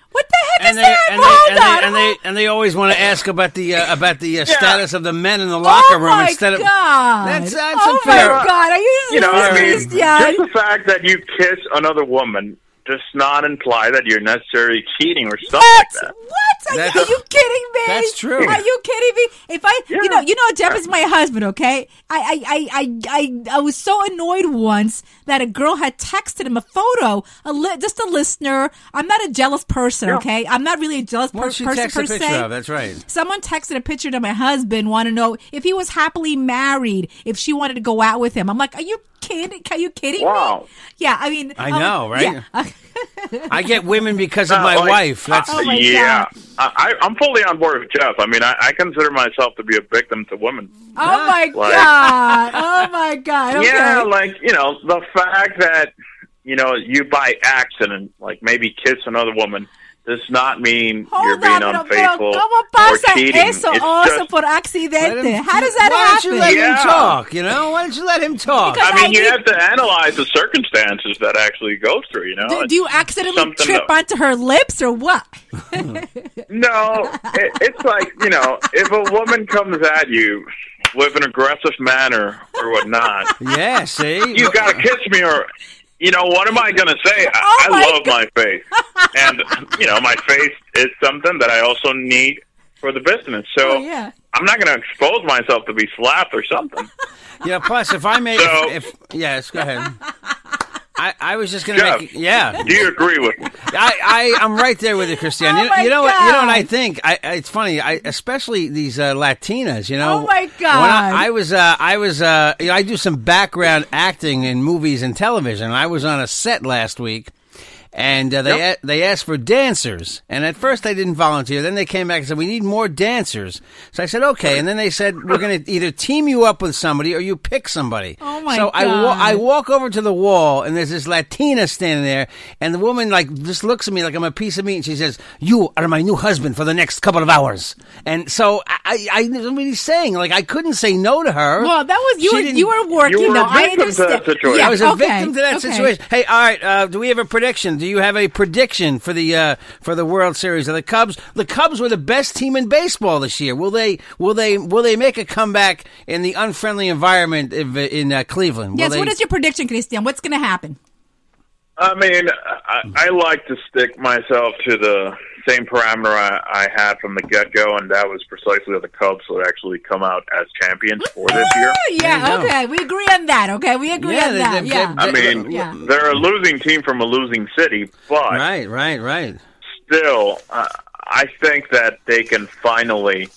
Speaker 6: and they, and they, and they, and they and they always want to ask about the uh, about the uh, status of the men in the locker room
Speaker 4: Oh my
Speaker 6: instead of
Speaker 4: God.
Speaker 6: that's that's
Speaker 4: oh
Speaker 6: unfair.
Speaker 4: my God. Are you,
Speaker 9: You know, I mean,
Speaker 4: serious, Jan?
Speaker 9: just the fact that you kiss another woman does not imply that you're necessarily cheating or stuff like that.
Speaker 4: What? Are,
Speaker 9: That's-
Speaker 4: you, are you kidding me?
Speaker 9: That's true.
Speaker 4: Are you kidding me? If I, you know, you know, Jeff is my husband. Okay, I, I, I, I, I, I was so annoyed once that a girl had texted him a photo, a li- just a listener. I'm not a jealous person.
Speaker 6: Yeah.
Speaker 4: Okay, I'm not really a jealous per-
Speaker 6: What she
Speaker 4: person
Speaker 6: text a
Speaker 4: per se.
Speaker 6: picture of? That's right.
Speaker 4: Someone texted a picture to my husband, want to know if he was happily married, if she wanted to go out with him. I'm like, are you kidding? Are you kidding
Speaker 6: Wow.
Speaker 4: me? Yeah, I mean,
Speaker 6: I
Speaker 4: I'm like,
Speaker 6: know, right?
Speaker 4: Oh, yeah.
Speaker 6: I get women because of my
Speaker 9: Oh, Like,
Speaker 6: wife. That's
Speaker 4: Oh,
Speaker 9: I- yeah. I, I- I'm fully on board with Jeff. I mean, I, I consider myself to be a victim to women.
Speaker 4: Oh my
Speaker 9: Like-
Speaker 4: god! Oh my god! Okay.
Speaker 9: Yeah, like you know, the fact that you know you by accident, like maybe kiss another woman, does not mean you're being
Speaker 4: Pero, pero,
Speaker 9: unfaithful
Speaker 4: ¿cómo
Speaker 9: or
Speaker 4: pasa
Speaker 9: cheating.
Speaker 4: eso
Speaker 9: It's
Speaker 4: also
Speaker 9: just-
Speaker 4: por accidente? How does that
Speaker 6: Why
Speaker 4: happen?
Speaker 6: don't you let
Speaker 9: Yeah.
Speaker 6: him talk? You know, why don't you let him talk?
Speaker 9: I mean, you have to analyze the circumstances that actually go through. You know,
Speaker 4: Do, do you accidentally
Speaker 9: Something
Speaker 4: trip
Speaker 9: that-
Speaker 4: onto her lips or what?
Speaker 9: No, it, it's like you know, if a woman comes at you with an aggressive manner or whatnot,
Speaker 6: yeah, see,
Speaker 9: you gotta kiss me or. You know what am I gonna say?
Speaker 4: Oh
Speaker 9: I,
Speaker 4: my
Speaker 9: I love my face, and you know my face is something that I also need for the business.
Speaker 6: Oh,
Speaker 9: So
Speaker 6: yeah.
Speaker 9: I'm not gonna expose myself to be slapped or something.
Speaker 6: Yeah. Plus, if I made,
Speaker 9: So-
Speaker 6: if, if- yes, go ahead. I, I was just gonna
Speaker 9: Jeff,
Speaker 6: make, yeah.
Speaker 9: Do you agree with me?
Speaker 6: I, I I'm right there with you, Christiane.
Speaker 4: Oh
Speaker 6: you,
Speaker 9: my
Speaker 6: you know what? You know what I
Speaker 9: God.
Speaker 6: think? I, I it's funny. I especially these uh, Latinas. You know.
Speaker 4: Oh, my God.
Speaker 6: When I, I was uh, I was uh, you know, I do some background acting in movies and television. I was on a set last week. And uh, they
Speaker 10: Yep.
Speaker 6: a- they asked for dancers, and at first I didn't volunteer. Then they came back and said we need more dancers. So I said okay, and then they said we're going to either team you up with somebody or you pick somebody.
Speaker 10: Oh, my
Speaker 6: So I wa- I
Speaker 10: God.
Speaker 6: walk over to the wall and there's this Latina standing there, and the woman like just looks at me like I'm a piece of meat, and she says, "You are my new husband for the next couple of hours." And so I, I, I knew what he's saying. Like I couldn't say no to her.
Speaker 4: Well, that was- you
Speaker 6: She
Speaker 4: were-
Speaker 6: didn't-
Speaker 4: you were working, You were a though. I victim to that understand. situation. Yeah,
Speaker 6: I was a
Speaker 4: okay,
Speaker 6: victim to that
Speaker 4: okay.
Speaker 6: situation. Hey, all right. Uh, do we have a prediction? Do you have a prediction for the uh, for the World Series of the Cubs? The Cubs were the best team in baseball this year. Will they will they will they make a comeback in the unfriendly environment of, in uh, Cleveland? Will
Speaker 4: yes.
Speaker 6: they-
Speaker 4: What is your prediction, Christian? What's going to happen?
Speaker 9: I mean, I, I like to stick myself to the same parameter I, I had from the get go, and that was precisely that the Cubs would actually come out as champions for this year.
Speaker 4: Oh, yeah. Okay. We agree on that. Okay. We agree
Speaker 6: Yeah,
Speaker 4: on
Speaker 6: they-
Speaker 4: that.
Speaker 6: they-
Speaker 4: yeah.
Speaker 9: I mean,
Speaker 4: Yeah.
Speaker 9: they're a losing team from a losing city, but
Speaker 6: right, right, right.
Speaker 9: Still, uh, I think that they can finally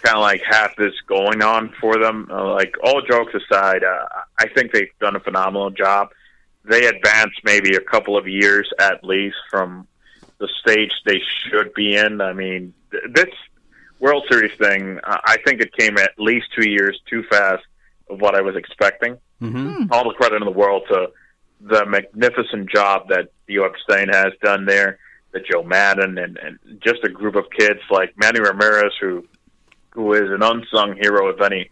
Speaker 9: kind of like have this going on for them. Uh, like all jokes aside, uh, I think they've done a phenomenal job. They advanced maybe a couple of years at least from the stage they should be in. I mean, th- this World Series thing, uh, I think it came at least two years too fast of what I was expecting
Speaker 4: Hmm,
Speaker 6: Mm-hmm.
Speaker 9: all the credit in the world to the magnificent job that Theo Epstein has done there, that Joe Madden, and, and just a group of kids like Manny Ramirez, who who is an unsung hero, if any,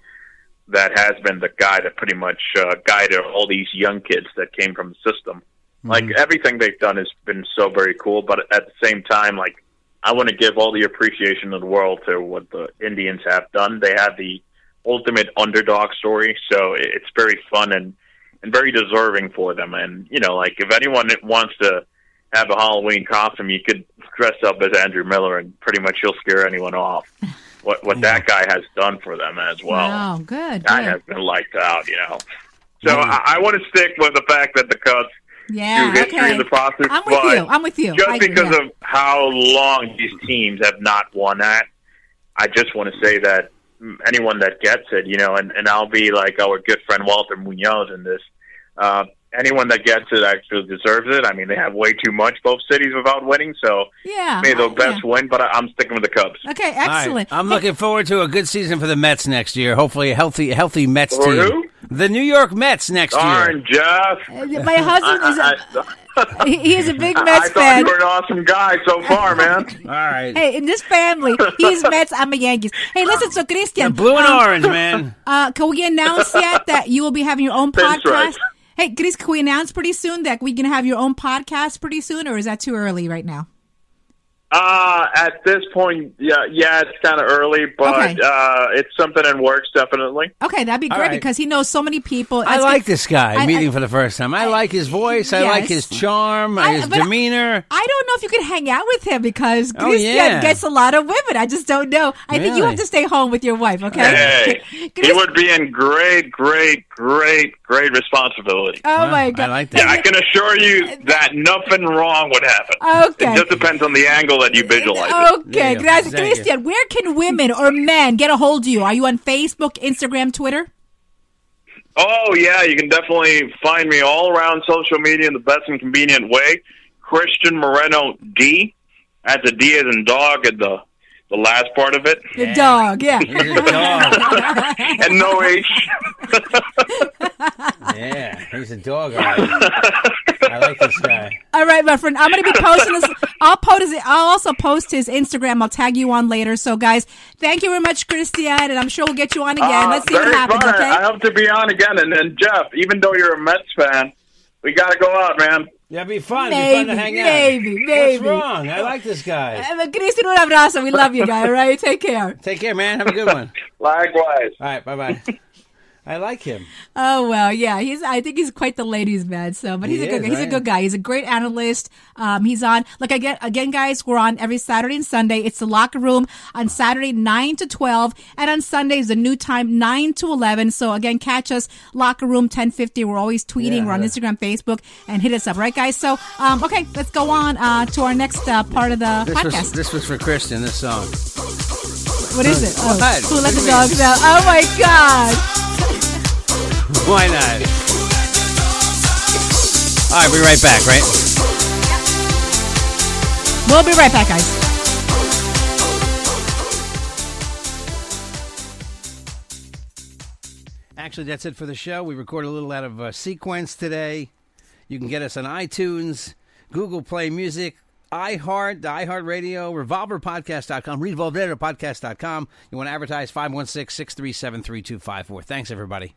Speaker 9: that has been the guy that pretty much uh, guided all these young kids that came from the system. Like everything they've done has been so very cool, but at the same time, like I want to give all the appreciation in the world to what the Indians have done. They have the ultimate underdog story, so it- it's very fun and and very deserving for them. And you know, like if anyone that wants to have a Halloween costume, you could dress up as Andrew Miller, and pretty much you'll scare anyone off. What what that guy has done for them as well.
Speaker 4: Wow. Good.
Speaker 9: I
Speaker 4: good.
Speaker 9: have been liked out, you know. So I, I want to stick with the fact that the Cubs
Speaker 4: Yeah.
Speaker 9: do history
Speaker 4: Okay.
Speaker 9: in the process.
Speaker 4: I'm with
Speaker 9: but
Speaker 4: you. I'm with you.
Speaker 9: Just
Speaker 4: I agree,
Speaker 9: because
Speaker 4: yeah.
Speaker 9: of how long these teams have not won that, I just want to say that anyone that gets it, you know, and, and I'll be like our good friend Walter Munoz in this. Uh, anyone that gets it actually deserves it. I mean, they have way too much, both cities, without winning. So
Speaker 4: Uh-huh, Yeah.
Speaker 9: may the best win, but I, I'm sticking with the Cubs.
Speaker 4: Okay.
Speaker 6: All right.
Speaker 4: Excellent.
Speaker 6: I'm looking forward to a good season for the Mets next year. Hopefully, a healthy, healthy Mets
Speaker 9: For
Speaker 6: team.
Speaker 9: who?
Speaker 6: The New York Mets next
Speaker 9: Darn,
Speaker 6: year.
Speaker 9: Jeff.
Speaker 4: My husband is a- uh, He- he is a big
Speaker 9: I-
Speaker 4: Mets
Speaker 9: I thought
Speaker 4: fan.
Speaker 9: you were an awesome guy so far, man.
Speaker 6: All right.
Speaker 4: Hey, in this family, he's Mets. I'm a Yankees. Hey, listen, so Christian,
Speaker 6: Blue and
Speaker 4: um,
Speaker 6: orange, man.
Speaker 4: Uh, can we announce yet that you will be having your own
Speaker 6: Pinstripes.
Speaker 4: podcast? Hey, Gris, can we announce pretty soon that we can have your own podcast pretty soon, or is that too early right now?
Speaker 9: Uh, at this point, yeah, yeah, it's kind of early, but
Speaker 4: Okay.
Speaker 9: uh, it's something in works, definitely.
Speaker 4: Okay, that'd be
Speaker 6: All
Speaker 4: great
Speaker 6: right.
Speaker 4: because he knows so many people.
Speaker 6: I
Speaker 4: That's
Speaker 6: like
Speaker 4: good-
Speaker 6: this guy
Speaker 4: I-
Speaker 6: meeting for the first time. I like his voice. I like his
Speaker 4: yes.
Speaker 6: charm,
Speaker 4: I-
Speaker 6: his
Speaker 4: but I-
Speaker 6: demeanor.
Speaker 4: I don't know if you can hang out with him because
Speaker 6: Oh,
Speaker 4: Christian
Speaker 6: yeah.
Speaker 4: gets a lot of women. I just don't know. I think you
Speaker 9: Really?
Speaker 4: have to stay home with your wife, okay?
Speaker 9: Hey, he
Speaker 4: Gris-
Speaker 9: would be in great, great, great, great responsibility.
Speaker 4: Oh, my God. I like
Speaker 9: Yeah, I can assure you that nothing wrong would happen.
Speaker 4: Uh, Okay.
Speaker 9: It just depends on the angle that you visualize. it.
Speaker 4: Okay, gracias. Christian, where can women or men get a hold of you? Are you on Facebook, Instagram, Twitter?
Speaker 9: Oh yeah, you can definitely find me all around social media in the best and convenient way. Christian Moreno D. That's a D as in dog at the the last part of it.
Speaker 4: The dog, yeah.
Speaker 9: and no H.
Speaker 6: yeah, he's a dog. all right. I like this guy.
Speaker 4: All right, my friend. I'm going to be posting this. I'll post his, I'll also post his Instagram. I'll tag you on later. So, guys, thank you very much, Christian, and I'm sure we'll get you on again.
Speaker 9: Uh,
Speaker 4: Let's see what
Speaker 9: very
Speaker 4: happens.
Speaker 9: fun.
Speaker 4: Okay.
Speaker 9: I hope to be on again. And, and Jeff, even though you're a Mets fan, we got to go out, man.
Speaker 6: Yeah, be fun.
Speaker 4: It'd be fun to Maybe, hang out. maybe, maybe.
Speaker 6: What's wrong? I like this guy.
Speaker 4: Uh, but Christian, un abrazo. We love you, guy. All right, take care.
Speaker 6: Take care, man. Have a good one.
Speaker 9: Likewise.
Speaker 6: All right, bye bye. I like him.
Speaker 4: Oh well, yeah, he's. I think he's quite the ladies' man. So, but he's
Speaker 6: He
Speaker 4: a good.
Speaker 6: is,
Speaker 4: he's a
Speaker 6: right?
Speaker 4: good guy. He's a great analyst. Um, he's on. Like again, again, guys, we're on every Saturday and Sunday. It's the locker room on Saturday nine to twelve, and on Sunday is the new time nine to eleven. So again, catch us locker room ten fifty. We're always tweeting. we're on Instagram, Facebook, and hit us up, right, guys? So, um, okay, let's go on uh, to our next uh, part of the
Speaker 6: This was
Speaker 4: podcast.
Speaker 6: this was for Christian. This song.
Speaker 4: what is it? Oh,
Speaker 6: What?
Speaker 4: who let the dogs out? Oh my god!
Speaker 6: Why not? All right, we're right back. Right.
Speaker 4: We'll be right back, guys.
Speaker 6: Actually, that's it for the show. We record a little out of uh, sequence today. You can get us on iTunes, Google Play Music, iHeart, the iHeart Radio, RevolverPodcast.com, RevolverPodcast.com. You want to advertise 516 637 3254. Thanks, everybody.